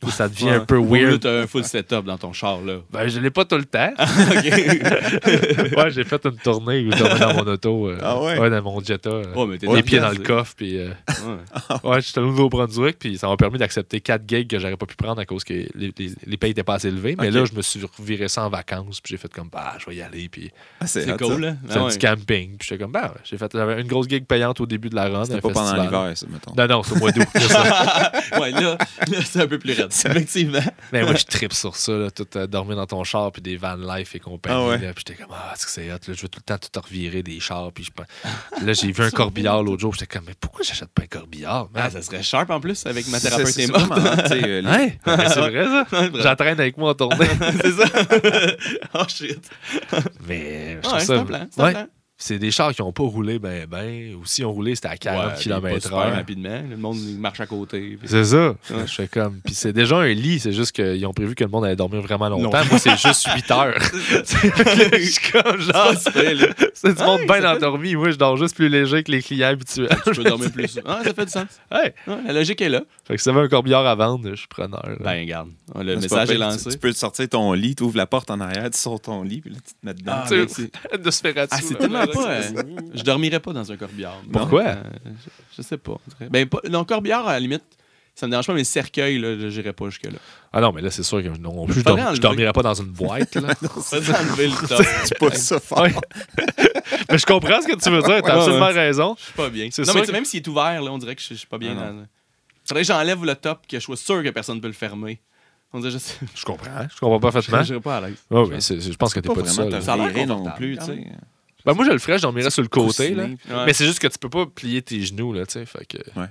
Tout ça devient un peu Au lieu, weird. T'as un full setup dans ton char, là. Ben, je l'ai pas tout le temps. OK. ouais, j'ai fait une tournée où je dormais dans mon auto. euh, Ah ouais? dans mon Jetta. euh, Oh, mais t'es les pieds dans dégueulasse, le coffre. Puis, euh, Ouais. Ah ouais, j'étais allé au Nouveau-Brunswick. Puis ça m'a permis d'accepter quatre gigs que j'aurais pas pu prendre à cause que les, les, les payes étaient pas assez élevées. Mais Ok. là, je me suis reviré ça en vacances. Puis j'ai fait comme, bah, je vais y aller. Puis Ah, C'est hot, cool, ça. là. c'est Ah un ouais. petit camping. Puis j'étais comme, bah, ouais. j'ai fait j'avais une grosse gig payante au début de la run. un C'était pas pendant festival. l'hiver, ça, mettons. Non, non, c'est au mois d'août. c'est ça. ouais, là, là, c'est un peu plus raide. Effectivement. Mais Ben, moi, je tripe sur ça, là, tout euh, dormir dans ton char, puis des van life et compagnie. Ah ouais. là, puis j'étais comme, ah, c'est que c'est hot, là, je veux tout le temps tout revirer des chars. Puis je pense- Là, j'ai vu un corbillard l'autre jour, puis j'étais comme, mais pourquoi j'achète pas un corbillard? man? Ah, ça serait sharp en plus avec ma C'est- thérapeute c'est est morte. vraiment, tu sais, euh, les- Hein? Mais c'est vrai, ça? J'entraîne avec moi en tournée. c'est ça. oh shit. mais je trouve Ouais, c'est ça. un plan. C'est un ouais. plan. C'est des chars qui n'ont pas roulé ben ben, ou si on roulé, c'était à 40 Ouais, pas km super h rapidement. Le monde il marche à côté. puis- C'est ça. Je fais comme. Puis c'est déjà un lit, c'est juste qu'ils ont prévu que le monde allait dormir vraiment longtemps. Longtemps. Moi, c'est juste 8 heures. je suis comme C'est genre. pas super, là. C'est du monde Hey, bien ça fait- endormi. Moi, je dors juste plus léger que les clients habituels. Tu peux dormir plus. Ah, ça fait du sens. Ouais. Ouais, la logique est là. Fait que si t'avais un corbillard à vendre, je suis preneur. Ben, regarde. Le C'est pas message est pire. Tu- lancé. Tu peux sortir ton lit, tu ouvres la porte en arrière, tu sors ton lit, puis là, tu te mets dedans. Ah, Tu- mais c'est- de se faire Ah, c'est tellement pas. euh, je dormirais pas dans un corbillard. Non. Pourquoi? Euh, je, je sais pas. on dirait. Ben, pas- non, corbillard, à la limite, ça me dérange pas, mais le cercueil, là, j'irais pas jusque-là. Ah non, mais là, c'est sûr que non plus, je, Faudrait dorm- je enlever. dormirais pas dans une boîte. Là. Ça doit enlever le top. Je C'est pas ça fort. Ouais. mais je comprends ce que tu veux dire. T'as Ouais, absolument ouais. raison. suis pas bien. Non, C'est mais sûr tu sais, que- même s'il est ouvert, là, on dirait que je je suis pas bien. Ah, dans... Faudrait que j'enlève le top, que je sois sûr que personne peut le fermer. On dirait, je sais. Je comprends. hein. Je comprends parfaitement. j'irais pas à l'aise. Ouais, ouais, Ah c'est- c'est- je pense que t'es Pas pas, tout vraiment seul. te Ça a l'air virer non confortable, plus, tu quand sais. Ben, moi, je le ferais, je dormirais sur le côté. Là. Coussiné, puis- Ouais. Mais c'est juste que tu peux pas plier tes genoux. Là, tu sais, fait que... Ouais. Il y a Mais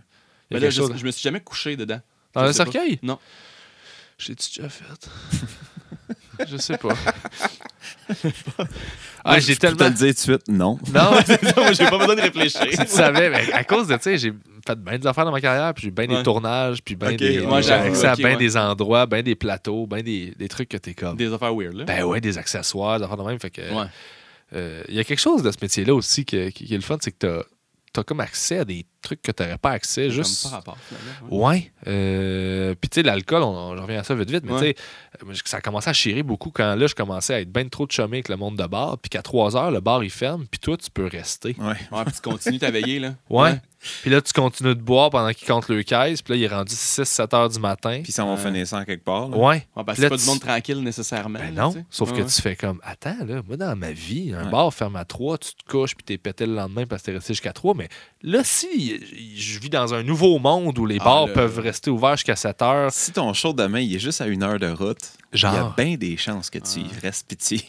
quelque là, chose- je, je me suis jamais couché dedans. Dans je un sais pas. cercueil? Non. J'ai-tu déjà fait? je sais pas. ah, j'ai Je peux te tellement. le dire tout de suite, non. Non, Moi, j'ai pas besoin de tu réfléchir. savais, mais à cause de, tu sais, j'ai fait bien des affaires dans ma carrière, puis j'ai bien des Ouais. tournages, puis bien Ok, des. ouais, j'ai j'avoue, accès à ok, bien ouais. des endroits, bien des plateaux, bien des, des trucs que t'es comme. Des affaires weird, là. Ben ouais, des accessoires, des affaires de même. Fait que. euh, Il Ouais. y a quelque chose de ce métier-là aussi que- qui, qui est le fun, c'est que t'as as comme accès à des trucs que t'aurais pas accès juste. Comme par rapport, finalement, ouais. Ouais. Euh, puis tu sais, l'alcool, on, on- je reviens à ça vite vite, mais Ouais. tu sais, euh, moi, ça a commencé à chier beaucoup quand là, je commençais à être ben trop de chômé avec le monde de bar, puis qu'à 3 heures, le bar il ferme, puis toi, tu peux rester. Ouais. Ouais, puis tu continues ta veillée, là. Ouais. Puis là, tu continues de boire pendant qu'il compte le 15, puis là, il est rendu 6-7 heures du matin. Puis ça va Ouais. finir sans quelque part. là. Ouais. Ouais, parce que Là, c'est pas du tu- monde tranquille nécessairement. Ben là, non, tu sais. sauf que Ouais, ouais. tu fais comme Attends, là, moi dans ma vie, un Ouais. bar ferme à 3, tu te couches puis t'es pété le lendemain parce que t'es resté jusqu'à 3. Mais là, si je vis dans un nouveau monde où les Ah, bars là, peuvent là. rester ouverts jusqu'à 7 heures, Si ton show demain, il est juste à une heure de route, il y a genre, bien des chances que tu y restes pitié.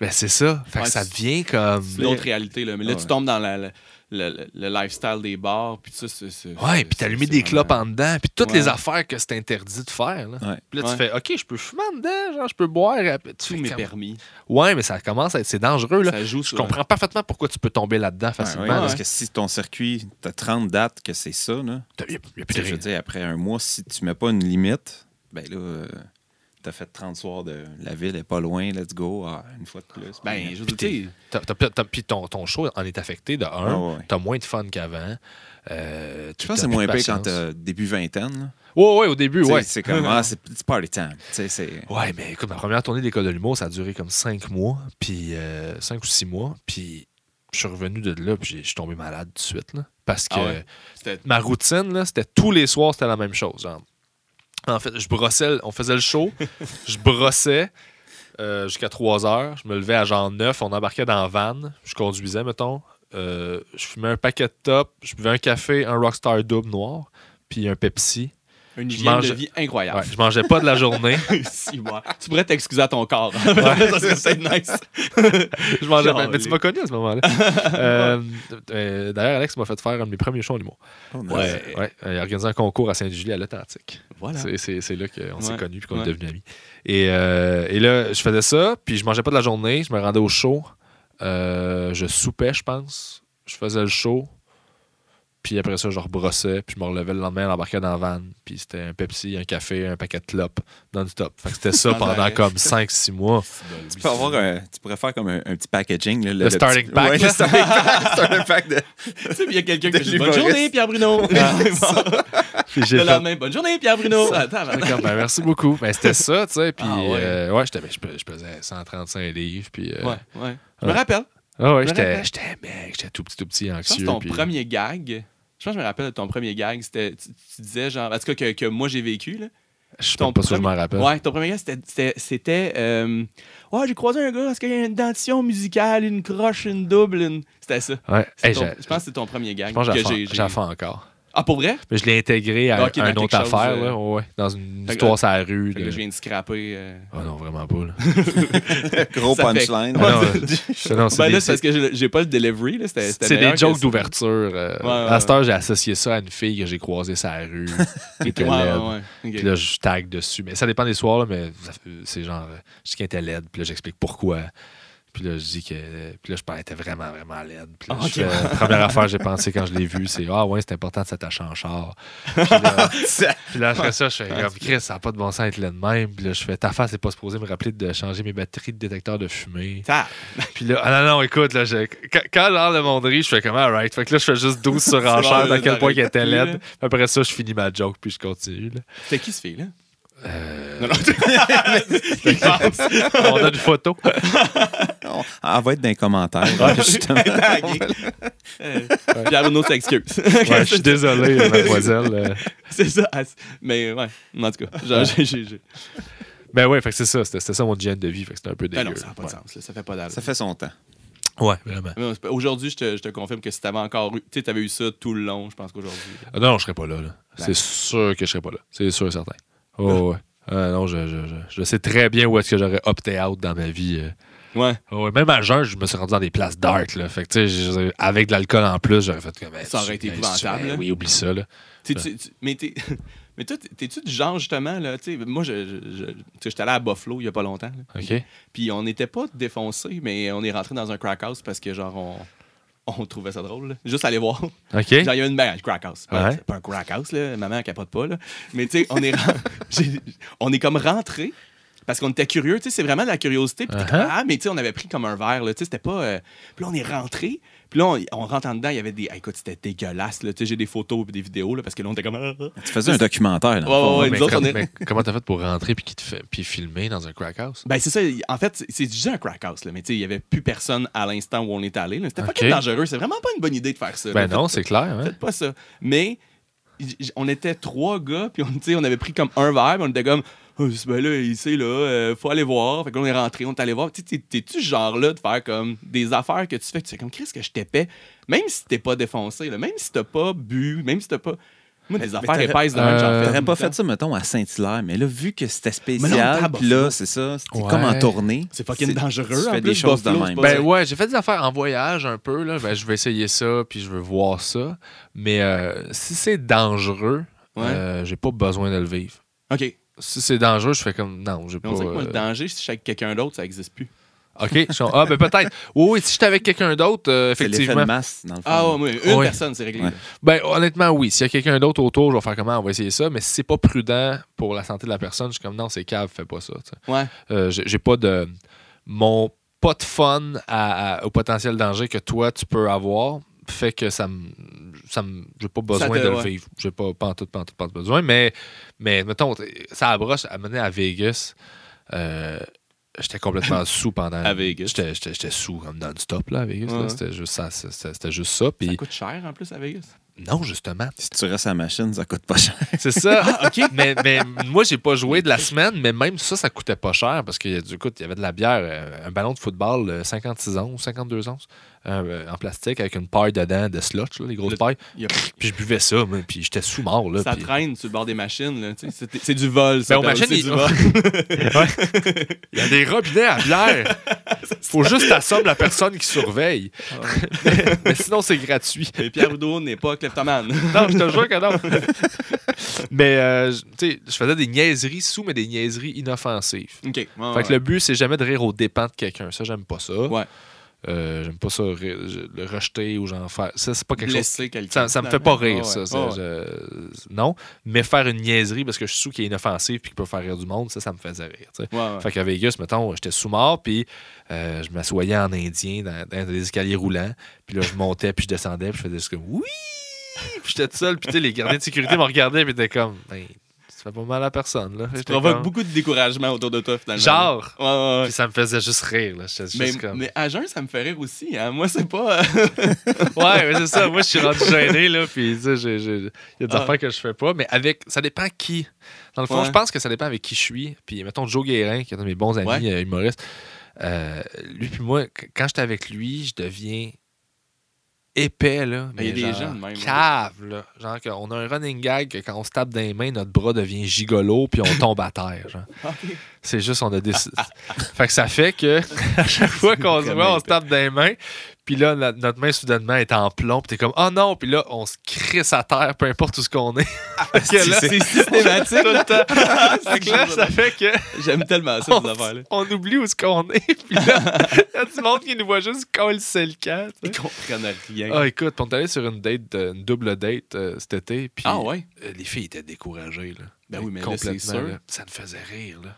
ben c'est ça. Fait que Ouais, ça tu- devient comme. C'est une autre réalité, là. Mais là, Ouais. tu tombes dans la- la- la- la- le lifestyle des bars, puis ça, c'est. c'est- Ouais, c'est- puis t'allumais c'est des vraiment- clopes en dedans, puis toutes Ouais. les affaires que c'est interdit de faire. Là. Ouais. Puis là, tu Ouais. fais, OK, je peux fumer en dedans, genre, je peux boire. euh, Tu Tous fais mes comme- permis. Ouais, mais ça commence à être. C'est dangereux, là. Ça joue Je sur- comprends parfaitement pourquoi tu peux tomber là-dedans Ouais, facilement. ouais, là. Parce que si ton circuit, t'as 30 dates que c'est ça, là, T'as- y a- y a plus tu de sais, je veux rien. dire, après un mois, si tu mets pas une limite, ben là, euh, t'as fait 30 soirs de la ville est pas loin, let's go, ah, une fois de plus. Ben, je veux dire, Puis t'es- tu sais, T'as- t'as- t'as- Puis ton, ton show en est affecté de un. Ouais, ouais, ouais. T'as moins de fun qu'avant. Euh, tu je pense que t'as c'est plus moins de pire quand patience. t'as début vingtaine. là. Ouais, ouais, au début, Tu sais, ouais. C'est comme, ah, c'est it's party time. Tu sais, c'est. Ouais, mais écoute, ma première tournée d'école de l'humour, ça a duré comme cinq mois, puis euh, cinq ou six mois, puis je suis revenu de là, puis j'ai- je suis tombé malade tout de suite. Là, parce que Ah ouais? C'était ma routine, là, c'était tous les soirs, c'était la même chose. genre. En fait, je brossais, on faisait le show, je brossais euh, jusqu'à 3 heures, je me levais à genre 9, on embarquait dans la van, je conduisais, mettons, euh, je fumais un paquet de top, je buvais un café, un Rockstar double noir, puis un Pepsi. une je hygiène mange- de vie Ouais, incroyable. je mangeais pas de la journée, Si, ouais. Tu pourrais t'excuser à ton corps. ça serait peut-être nice. je mangeais, Genre, mais, mais tu les- m'as connu à ce moment-là. Euh, euh, D'ailleurs, Alex m'a fait faire un de mes premiers shows en humour. Oh, nice. Ouais. Ouais, euh, il a organisé un concours à Saint-Julie à l'Atlantique. Voilà. C'est- C'est c'est là qu'on s'est Ouais. connus puis qu'on Ouais. est devenus amis. Et, euh, et là, je faisais ça, puis je mangeais pas de la journée, je me rendais au show. Euh, je soupais, je pense. Je faisais le show. Puis après ça, je rebrossais, puis je me relevais le lendemain, j'embarquais dans la van. Puis c'était un Pepsi, un café, un paquet de clopes, non-stop. Fait que c'était ça Sans pendant arrêt. comme 5-6 mois. Tu, peux avoir un- tu pourrais faire comme un, un petit packaging. là, Le starting petit- pack. Ouais, le starting pack. starting pack de- Tu sais, il y a quelqu'un De qui dit Bonne l'humoriste. journée, Pierre-Bruno. Le Puis j'ai fait- lendemain, Bonne journée, Pierre-Bruno. Attends, Fait comme, ben, merci beaucoup. Ben, c'était ça, tu sais. Puis Ah euh, ouais. ouais, j'étais- ben, je, pe- je pesais 135 livres. Puis, euh, Ouais, ouais. Je me Ouais. rappelle. Ah ouais, Je me j'étais, rappelle. j'étais, mec, j'étais tout petit, tout petit, Je pense anxieux. que ton puis- premier gag. Je pense que je me rappelle de ton premier gag. C'était, tu, tu disais genre. En tout cas, que, que moi j'ai vécu. Là. Je suis ton pas sûr que je premier- m'en rappelle. Ouais, ton premier gag, c'était. c'était- C'était. euh, Ouais, j'ai croisé un gars. Est-ce qu'il y a une dentition musicale, une croche, une double une- C'était ça. Ouais. C'est Hey, ton- j'ai- Je pense que c'est ton premier je gag. pense que que j'en fais- j'ai- j'ai- j'en fais encore. Ah, pour vrai Mais je l'ai intégré à Ah, ok, dans un quelque autre chose, affaire, euh, là, ouais, ouais, dans une Fait que- euh, histoire sur la rue. Fait que de- là, je viens de scraper. euh. Ah non, vraiment pas. Là. Gros Ça fait- punchline. Ah non, euh, non, c'est Ben des, là, c'est parce que j'ai- j'ai pas le delivery. Là. C'était, c'était c'est des meilleur que jokes ça. d'ouverture. euh, Ouais, ouais, à cette heure, j'ai associé ça à une fille que j'ai croisée sur la rue. qui était Ouais, laide. ouais, ouais. Puis Ok. là, je tag dessus. Mais ça dépend des soirs, là, mais ça fait- c'est genre, euh, je dis qu'elle était laide, puis là, j'explique pourquoi. Puis là, je dis que. Puis là, je parlais, elle était vraiment, vraiment laide. Puis là, Ah, je ok. fais- la première affaire que j'ai pensé quand je l'ai vue, c'est Ah ouais, c'est important de s'attacher en char. Puis là, puis là, après ça, je Ah, fais comme Chris, ça n'a pas de bon sens d'être là de même. Puis là, je fais Ta face n'est pas supposée me rappeler de changer mes batteries de détecteur de fumée. Ah, Puis là, ah non, non, écoute, là, je- quand, quand genre le monderie, je fais comme, alright. Fait que là, je fais juste 12 sur bon, enchère là, à quel point t'arrêtes qu'elle était plus, là. laide. Après ça, je finis ma joke, puis je continue. Là. C'était qui ce fille, là Euh, Non, non, Il pense. on a une photo. On- Elle va être dans les commentaires, justement. Euh, Pierre Bruno s'excuse. Ouais, je suis désolé, euh, mademoiselle. euh. c'est ça. ah, c'est- Mais ouais, en tout cas, genre, j'ai- j'ai- j'ai- Ben ouais, fait que c'est ça. C'était c'était ça mon hygiène de vie. Fait que c'était un peu dégueu. Ben non, ça n'a pas de sens. là, ça fait pas d'allure. Ça fait son temps. Ouais, vraiment. Mais non, c'est pas- Aujourd'hui, je te, je te confirme que si t'avais encore eu, tu sais, t'avais eu ça tout le long, je pense qu'aujourd'hui. Ah non, non, je serais pas là. Ben là. C'est sûr que je serais pas là. C'est sûr et certain. Oh, ouais. Ah non, je, je, je, je sais très bien où est-ce que j'aurais opté out dans ma vie. euh. Ouais, Ah ouais, même à jeun, je me suis rendu dans des places dark. Là. Fait que, tu sais, je- avec de l'alcool en plus, j'aurais fait comme. Ça aurait été Ben, épouvantable, ben là. Oui, oublie ça. Là. T'es- tu- tu- mais t'es- mais toi, t'es- t'es-tu du genre justement là, tu sais, moi, je, je, je- tu sais, j'étais allé à Buffalo il y a pas longtemps, là. OK? puis on n'était pas défoncé, mais on est rentré dans un crack house parce que genre on, on trouvait ça drôle, là. juste aller voir. OK? Genre, il y a une ben, crack house. Pas, Ouais. c'est pas un crack house, là. Maman, elle capote pas, là. Mais tu sais, on, est ren- j'ai- on est comme rentré parce qu'on était curieux. Tu sais, c'est vraiment de la curiosité. Puis t'es comme, Uh-huh. Ah, mais tu sais, on avait pris comme un verre, là. Tu sais, c'était pas. euh, Puis là, on est rentré. Puis là, on, on rentre en dedans, il y avait des. Ah, écoute, c'était dégueulasse, là. Tu sais, j'ai des photos et des vidéos, là, parce que là, on était comme. Ah, ah, ah. Tu faisais un documentaire, là. Ouais, ouais, ouais, mais, nous autres, comme- on est- mais comment t'as fait pour rentrer puis, qui te fait- puis filmer dans un crack house? Ben, c'est ça. En fait, c'est- c'est déjà un crack house, là. Mais tu sais, il y avait plus personne à l'instant où on est allé, là. C'était pas Ok. dangereux. C'est vraiment pas une bonne idée de faire ça. là. Ben Faites non, c'est clair. Hein? Faites pas ça. Mais j- j- on était trois gars, puis on, tu sais, on avait pris comme un verre, puis on était comme, oh, c'est ben là, ici, là, euh, faut aller voir. Fait que là, on est rentré, on est allé voir. Tu sais, t'es- T'es-tu ce genre-là de faire comme des affaires que tu fais, que tu fais comme, Chris, que je t'épais, même si t'es pas défoncé, là, même si t'as pas bu, même si t'as pas. Moi, des affaires t'aurais- épaisses de même, j'en Euh, fais T'aurais tout pas le temps. fait ça, mettons, à Saint-Hilaire, mais là, vu que c'était Mais là, on spécial, tape puis là, Buffalo. c'est ça, c'est Ouais. comme en tournée. C'est fucking c'est- dangereux, Tu en fais plus, des choses de Buffalo, c'est même. pas Ben Ouais. ouais, j'ai fait des affaires en voyage un peu. Là. Ben, je vais essayer ça, puis je veux voir ça. Mais euh, si c'est dangereux, Ouais. euh, j'ai pas besoin de le vivre. OK. Si c'est dangereux, je fais comme non, j'ai Mais pas. on dirait que moi, le euh, danger, si je suis avec quelqu'un d'autre, ça existe plus. Ok, je suis- ah ben peut-être. Oui, oui, si j'étais avec quelqu'un d'autre, euh, C'est l'effet de effectivement. masse, dans le fond. Ah ouais, moi, une Ouais. personne, c'est réglé. Ouais. là. Ben honnêtement, oui. S'il y a quelqu'un d'autre autour, je vais faire comment, on va essayer ça. Mais si c'est pas prudent pour la santé de la personne, je suis comme non, c'est cave, fais pas ça. tu sais. Ouais. Euh, j'ai j'ai pas de mon pas de fun à- à- au potentiel danger que toi tu peux avoir fait que ça me ça me- j'ai pas besoin te- de le ouais. vivre j'ai pas pas en tout pas en tout pas en tout besoin mais mais mettons t'sais, ça abroche à mener à Vegas euh, J'étais complètement sous pendant. À Vegas. J'étais- J'étais j'étais sous comme non-stop là, à Vegas. là. Ouais. C'était juste ça. c'est- c'est- C'était juste ça. Ça Puis coûte cher en plus à Vegas. non, justement. Si tu restes à la machine, ça coûte pas cher. C'est ça. Ah, OK. Mais, mais moi, j'ai pas joué de la semaine, mais même ça, ça coûtait pas cher parce que du coup, il y avait de la bière, euh, un ballon de football euh, 56 onces, 52 onces, euh, en plastique avec une paille dedans de slotch, là, les grosses Le- pailles. Il y a- Puis je buvais ça, moi, puis j'étais sous mort. Là, ça Ah, puis- traîne sur le bord des machines. là, tu sais, C'est c'est du vol. ça, Ben, aux Carl, machines, c'est ils- du vol. Ouais. Il y a des robinets à bière. Faut juste t'assommer la personne qui surveille. Ah Mais sinon, c'est gratuit. Et Pierre Roudot n'est pas kleptomane. Non, je te jure que non. mais, euh, j- tu sais, je faisais des niaiseries sous, mais des niaiseries inoffensives. OK. ouais, ouais, Fait que le but, c'est jamais de rire aux dépens de quelqu'un. Ça, j'aime pas ça. Ouais. Euh, j'aime pas ça, ri- je- le rejeter ou j'en faire. Ça, c'est pas quelque chose. blesser quelqu'un. Ça, ça me fait pas rire, Ouais, ça. ouais, ça, ouais. je- Non. Mais faire une niaiserie parce que je suis sous qui est inoffensive puis qui peut faire rire du monde, ça, ça me faisait rire. tu sais. Ouais, ouais. Fait qu'à Vegas, mettons, j'étais sous mort, puis euh, je m'assoyais en indien dans, dans des escaliers roulants. Puis là, je montais, puis je descendais, puis je faisais juste comme oui! Puis j'étais tout seul, puis tu sais, les gardiens de sécurité me regardaient, puis étaient comme, ben, ça fait pas mal à personne, là. Tu J'étais provoques comme- beaucoup de découragement autour de toi, finalement. Genre! Ouais, ouais, ouais. Puis ça me faisait juste rire, là. J'étais Mais, juste comme. mais à jeun, ça me fait rire aussi. hein. Moi, c'est pas. euh, Ouais, mais c'est ça. Moi, je suis rendu gêné, là. Puis, tu sais, j'ai- j'ai- il y a des Ah. affaires que je fais pas. Mais avec. Ça dépend qui. Dans le fond, Ouais. je pense que ça dépend avec qui je suis. Puis, mettons, Joe Guérin, qui est un de mes bons amis euh, humoristes. euh, lui, puis moi, qu- quand j'étais avec lui, je deviens épais, là. Ben, il y a mais des genre jeunes, même. Cave, là. Genre, qu'on a un running gag que quand on se tape dans les mains, notre bras devient gigolo, puis on tombe à terre, genre. OK. C'est juste, on a décidé. fait que ça fait que à chaque fois qu'on se voit, on se tape dans les mains. Puis là, la- notre main, soudainement, est en plomb. Puis t'es comme, oh non. Puis là, on se crisse à terre, peu importe où ce qu'on est. Fait que là, C'est systématique. tout le temps. Fait que là, C'est- ça fait que J'aime tellement ça, ces affaires-là. on, on oublie où ce qu'on est. Puis là, il y a du monde qui nous voit juste coller le camp. tu Ils sais. comprennent rien. Ah, écoute, on est allé sur une date, de- une double date euh, cet été. Puis Ah ouais? euh, les filles étaient découragées. Là. Ben oui, mais là, complètement. c'est sûr. là. ça nous faisait rire. Là.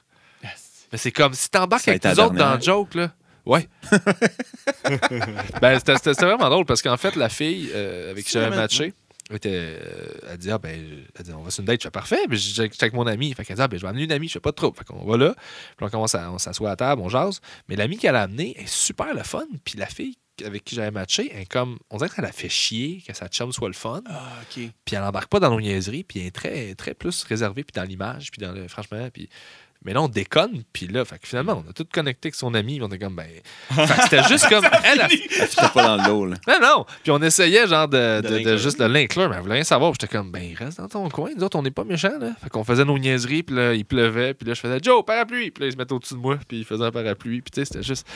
Yes. Mais c'est comme si t'embarques Ça a avec été nous la autres dans dernière. le joke, là. Ouais. ben, c'était- c'était c'était vraiment drôle parce qu'en fait, la fille euh, avec qui C'est j'avais vraiment- matché, elle, était, euh, elle dit Ah, ben, euh, elle dit, on va sur une date, je fais parfait. Puis j'étais avec j'étais avec mon ami. Fait qu'elle dit Ah, ben, je vais amener une amie, je fais pas de trouble. Fait qu'on va là. Puis on commence à on s'assoit à table, on jase. Mais l'amie qu'elle a amenée est super le fun. Puis la fille avec qui j'avais matché, elle est comme, on dirait que ça la fait chier que sa chum soit le fun. Ah, OK. Puis elle embarque pas dans nos niaiseries, puis elle est très, très plus réservée, puis dans l'image, puis dans le. Franchement, puis. Mais là, on déconne, puis là, fait que finalement, on a tout connecté avec son ami, puis on était comme, ben. Fait que c'était juste comme. Elle, elle- Elle fitait pas dans le lot, là. Non, non! Puis on essayait, genre, de, De de- de l'inclure. juste de l'inclure, mais elle voulait rien savoir, puis j'étais comme, ben, reste dans ton coin, nous autres, on n'est pas méchants, là. Fait qu'on faisait nos niaiseries, puis là, il pleuvait, puis là, je faisais, Joe, parapluie! Puis là, il se mettait au-dessus de moi, puis il faisait un parapluie, puis tu sais, c'était juste.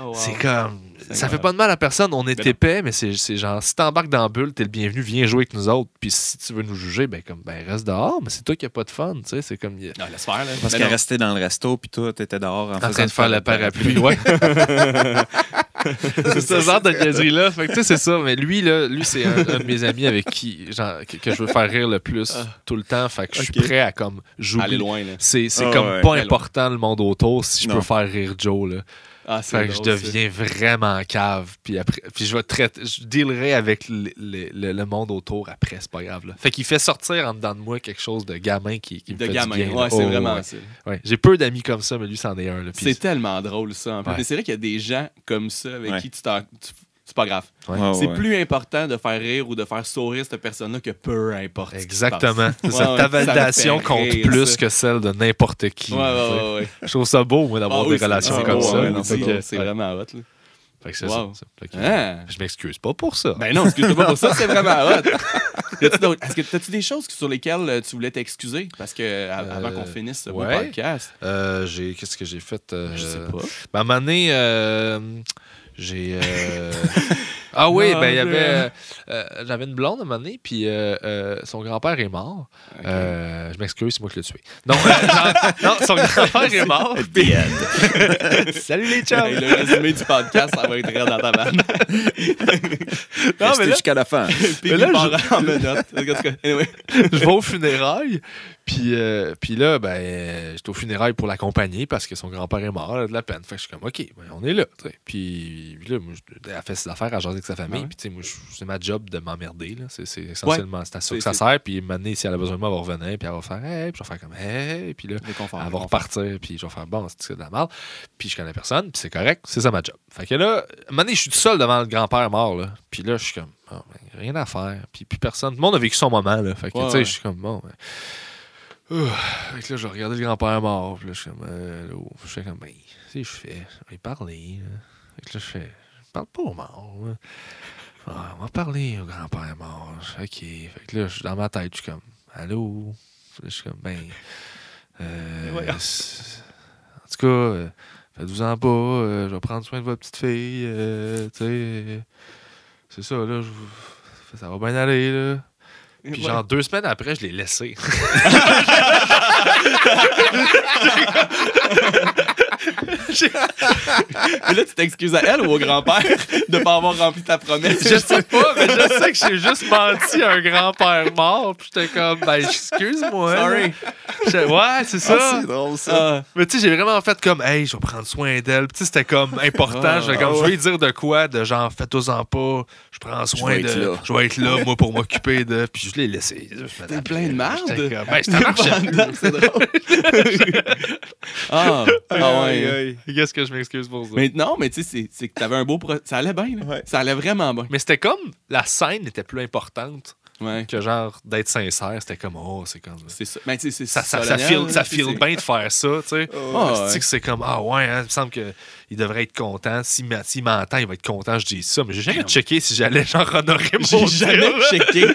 Oh, wow. C'est comme. Ça fait incroyable. pas de mal à personne. On est Ben non. épais, mais c'est c'est genre, si t'embarques dans la bulle, t'es le bienvenu, viens jouer avec nous autres. Puis si tu veux nous juger, ben, comme, ben reste dehors, mais c'est toi qui a pas de fun, tu sais. C'est comme. il- Non, Ah, laisse faire, là. Parce Mais qu'elle non. restait dans le resto, puis toi, t'étais dehors en, En faisant train de faire le parapluie, ouais. c'est ce genre de niaiserie-là. Fait que, tu sais, c'est ça. Mais lui, là, lui, c'est un, un de mes amis avec qui, genre, que, que je veux faire rire le plus Ah. tout le temps. Fait que je suis Ok. prêt à, comme, Aller jouer. loin, là. C'est c'est Ah, comme ouais, pas très important le monde autour si je Non. peux faire rire Joe, là. Ah, c'est Fait que je drôle, ça. deviens vraiment cave. Puis après, puis je vais traiter, je dealerai avec le, le- le- le monde autour après, c'est pas grave. Là. Fait qu'il fait sortir en dedans de moi quelque chose de gamin qui, qui me De fait du gamin. bien, là. ouais, c'est Oh, vraiment ouais. ça. Ouais. J'ai peu d'amis comme ça, mais lui, c'en est un. là. Puis C'est tellement drôle, ça. en fait. Ouais. Mais c'est vrai qu'il y a des gens comme ça avec Ouais. qui tu t'en. tu- C'est pas grave. Ouais, Oh, ouais, c'est ouais. plus important de faire rire ou de faire sourire cette personne-là que peu importe. ce qui se Exactement. passe. Ouais, Cette ouais, ça me fait validation rire, compte ça. plus que celle de n'importe qui. Ouais, tu sais. ouais, ouais, ouais. Je trouve ça beau, moi, d'avoir Ah des oui, c'est- relations ah, comme ouais, ça. ouais, non, Fait C'est que- drôle, c'est ouais. vraiment hot. là. Fait que c'est Wow. ça. Fait que- Hein? Je m'excuse pas pour ça. Ben non, excuse-toi pas pour ça, c'est vraiment hot. Y a-tu d'autres- Est-ce que t'as-tu des choses sur lesquelles euh, tu voulais t'excuser? Parce que euh, av- avant Euh, qu'on finisse ce beau ouais. podcast, Euh, j'ai- Qu'est-ce que j'ai fait? euh, je sais pas. Ben, à un moment donné, euh, j'ai. euh, ah oui, Non, ben, il y je- avait. euh, J'avais une blonde à un moment donné, puis euh, euh, son grand-père est mort. Euh, je m'excuse, c'est moi qui l'ai tué. Non, euh, non, non, son grand-père est mort. puis- Salut les chums! Hey, le résumé du podcast, ça va être raide dans ta vanne. Ah, Non, Restez mais là- jusqu'à la fin. Puis Mais il là, part en menottes. En tout cas, anyway. je vais aux funérailles. Puis, euh, puis là, ben, euh, j'étais aux funérailles pour l'accompagner parce que son grand-père est mort, elle a de la peine. Fait que je suis comme, OK, ben, on est là. tu sais. Puis, puis là, moi, je- elle fait ses affaires, elle jase avec avec sa famille. Ah ouais. Puis, tu sais, moi, je- c'est ma job de m'emmerder. là. C'est c'est essentiellement c'est à ça C'est- que ça c'est- sert. Puis, maintenant, si elle a besoin de moi, elle va revenir. Puis, elle va faire Hey, puis je vais faire comme Hey. Puis là, Réconfort, elle va réconfort. repartir. Puis, je vais faire Bon, c'est c'est de la merde. Puis, je connais personne. Puis, c'est correct. C'est ça ma job. Fait que là, maintenant, je suis tout seul devant le grand-père mort. Là. Puis là, je suis comme Bon, ben, Rien à faire. Puis, plus personne. Tout le monde a vécu son moment. Là. Fait que, Ouais, tu sais, ouais. je suis comme Bon, ben, Ouh. Fait que là, je regardais le grand-père mort. Puis là, je suis comme, euh, allô. Je fais comme, ben, tu sais, je fais, je vais parler. là. Fait que là, je fais, je parle pas au mort. là. Ah, on va parler au grand-père mort. Je fais, OK. Fait que là, je suis dans ma tête, je suis comme, allô. Là, je suis comme, ben, euh, c'est- en tout cas, euh, faites-vous en pas. euh, je vais prendre soin de votre petite fille. euh, tu sais, euh, c'est ça, là, je vous- ça va bien aller, là. Puis Ouais. genre deux semaines après, je l'ai laissé. Mais là, tu t'excuses à elle ou au grand-père de pas avoir rempli ta promesse. Je sais pas, mais je sais que j'ai juste menti à un grand-père mort. Puis j'étais comme, ben, excuse-moi. Sorry. J'étais- Ouais, c'est ça. Ah, c'est drôle, ça. Ah, Mais tu sais, j'ai vraiment fait comme, hey, je vais prendre soin d'elle. Puis tu sais, c'était comme important. Ah, J'étais comme, ah je vais lui dire de quoi, de genre, faites-en pas, je prends soin vais être de. là. Je vais être là, moi, pour m'occuper de. Puis je l'ai laissé. T'es plein de merde. J'étais comme, Ben, c'était marchand. c'est drôle. ah, ah ouais. hein. Qu'est-ce que je m'excuse pour ça? Mais non, mais tu sais, c'est- c'est que t'avais un beau. pro- Ça allait bien, là. Ouais. Ça allait vraiment bien. Mais c'était comme, la scène était plus importante Ouais. que genre d'être sincère. C'était comme, oh, c'est comme. C'est ça. Mais tu sais, c'est ça, ça, ça solennel, feel, là, ça tu sais, feel c'est- bien de faire ça, tu sais. Ah, Asti ouais. que c'est comme, ah ouais, hein, il me semble qu'il devrait être content. S'il m'a- s'il m'entend, il va être content, je dis ça. Mais j'ai jamais checké si j'allais genre honorer mon J'ai deal, jamais là. checké.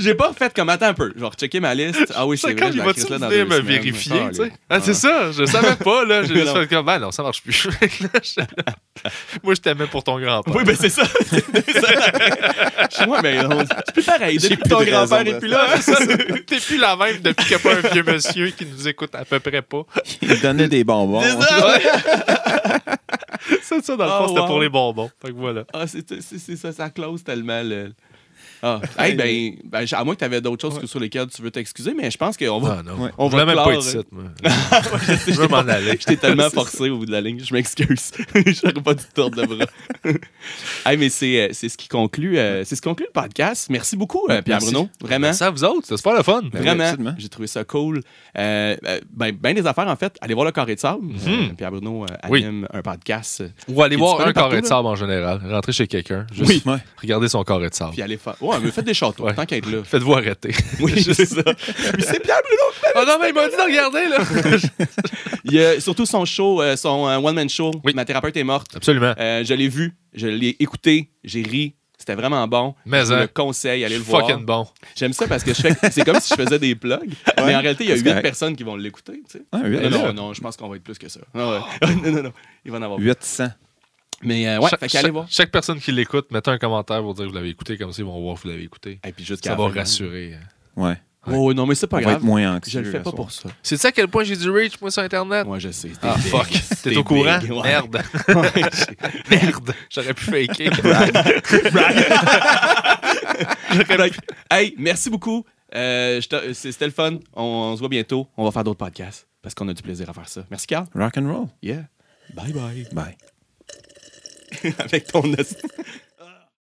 J'ai pas fait comme attends un peu. Genre, checker ma liste. Ah oui, c'est C'est vrai, comme, je il la va-tu crise là dans venir deux me semaines. vérifier, tu sais? Ah, Ah. c'est ça, je savais pas, là. J'ai juste Non. fait comme, ben non, ça marche plus. Là, je- Moi, je t'aimais pour ton grand-père. Oui, ben c'est ça. C'est ça. Chez moi, mais on- c'est plus pareil. Depuis que ton plus de raison grand-père de est plus là. hein? C'est ça. T'es plus la même depuis qu'il n'y a pas un vieux monsieur qui nous écoute à peu près pas. Il donnait des bonbons. C'est ça, dans le Oh, fond, c'était wow. pour les bonbons. Fait que voilà. Ah, c'est c'est- c'est ça, ça close tellement le. Ah, hey, ben, ben, à moins que tu avais d'autres choses que sur lesquelles tu veux t'excuser, mais je pense qu'on va. Ah, non. Ouais. On je voulais va même clore, pas être hein. site, moi. je veux m'en aller. J'étais tellement forcé au bout de la ligne, je m'excuse. J'aurais pas dû te tordre le bras. hey, mais c'est euh, c'est ce qui conclut euh, c'est ce qui conclut le podcast. Merci beaucoup, euh, Merci. Pierre-Bruno. Vraiment. Ça, vous autres, c'est super le fun. Ben oui, Vraiment, absolument. j'ai trouvé ça cool. Euh, euh, ben, ben des affaires, en fait. Allez voir le carré de sable. Euh, Pierre-Bruno euh, Oui. anime un podcast. euh, Ou aller Il est voir un disponible partout, carré de là. sable en général. Rentrer chez quelqu'un. Juste Oui. Ouais. regarder son carré de sable. Puis allez faire. Ouais, mais faites des châteaux, Ouais. tant qu'à être là. Faites-vous arrêter. Oui, c'est ça. Puis c'est Pierre-Bruno Ah non, mais il m'a dit de regarder, là. Il y a surtout son show, euh, son euh, one-man show. Oui. Ma thérapeute est morte. Absolument. Euh, je l'ai vu, je l'ai écouté, j'ai ri. C'était vraiment bon. Mais je vous hein, le conseille, allez le voir. Fucking bon. J'aime ça parce que je fais, c'est comme si je faisais des plugs, mais en réalité, il y a c'est huit correct. personnes qui vont l'écouter. tu sais. Euh, Ah, huit, non, non, là. non, je pense qu'on va être plus que ça. Non, ouais. non, non, non, il va en avoir. 800. Mais euh, ouais, Cha- fait cha- qu'allez voir. Chaque personne qui l'écoute, mettez un commentaire pour dire que vous l'avez écouté, comme ça ils vont voir que vous l'avez écouté. Et puis jusqu'à Ça va la fin. rassurer. hein. Ouais. Oh non, mais c'est On pas va être grave. moins anxieux. Je le fais à pas soir. pour ça. C'est ça à quel point j'ai du reach, moi, sur Internet. Moi, je sais. c'était Ah, big. fuck. T'es C'était au courant? big, ouais. Merde. Merde. J'aurais pu faker. Donc, hey, merci beaucoup. Euh, je te- c'est- C'était le fun. On, on se voit bientôt. On va faire d'autres podcasts parce qu'on a du plaisir à faire ça. Merci, Carl. Rock and roll. Yeah. Bye bye. Bye. Avec ton os-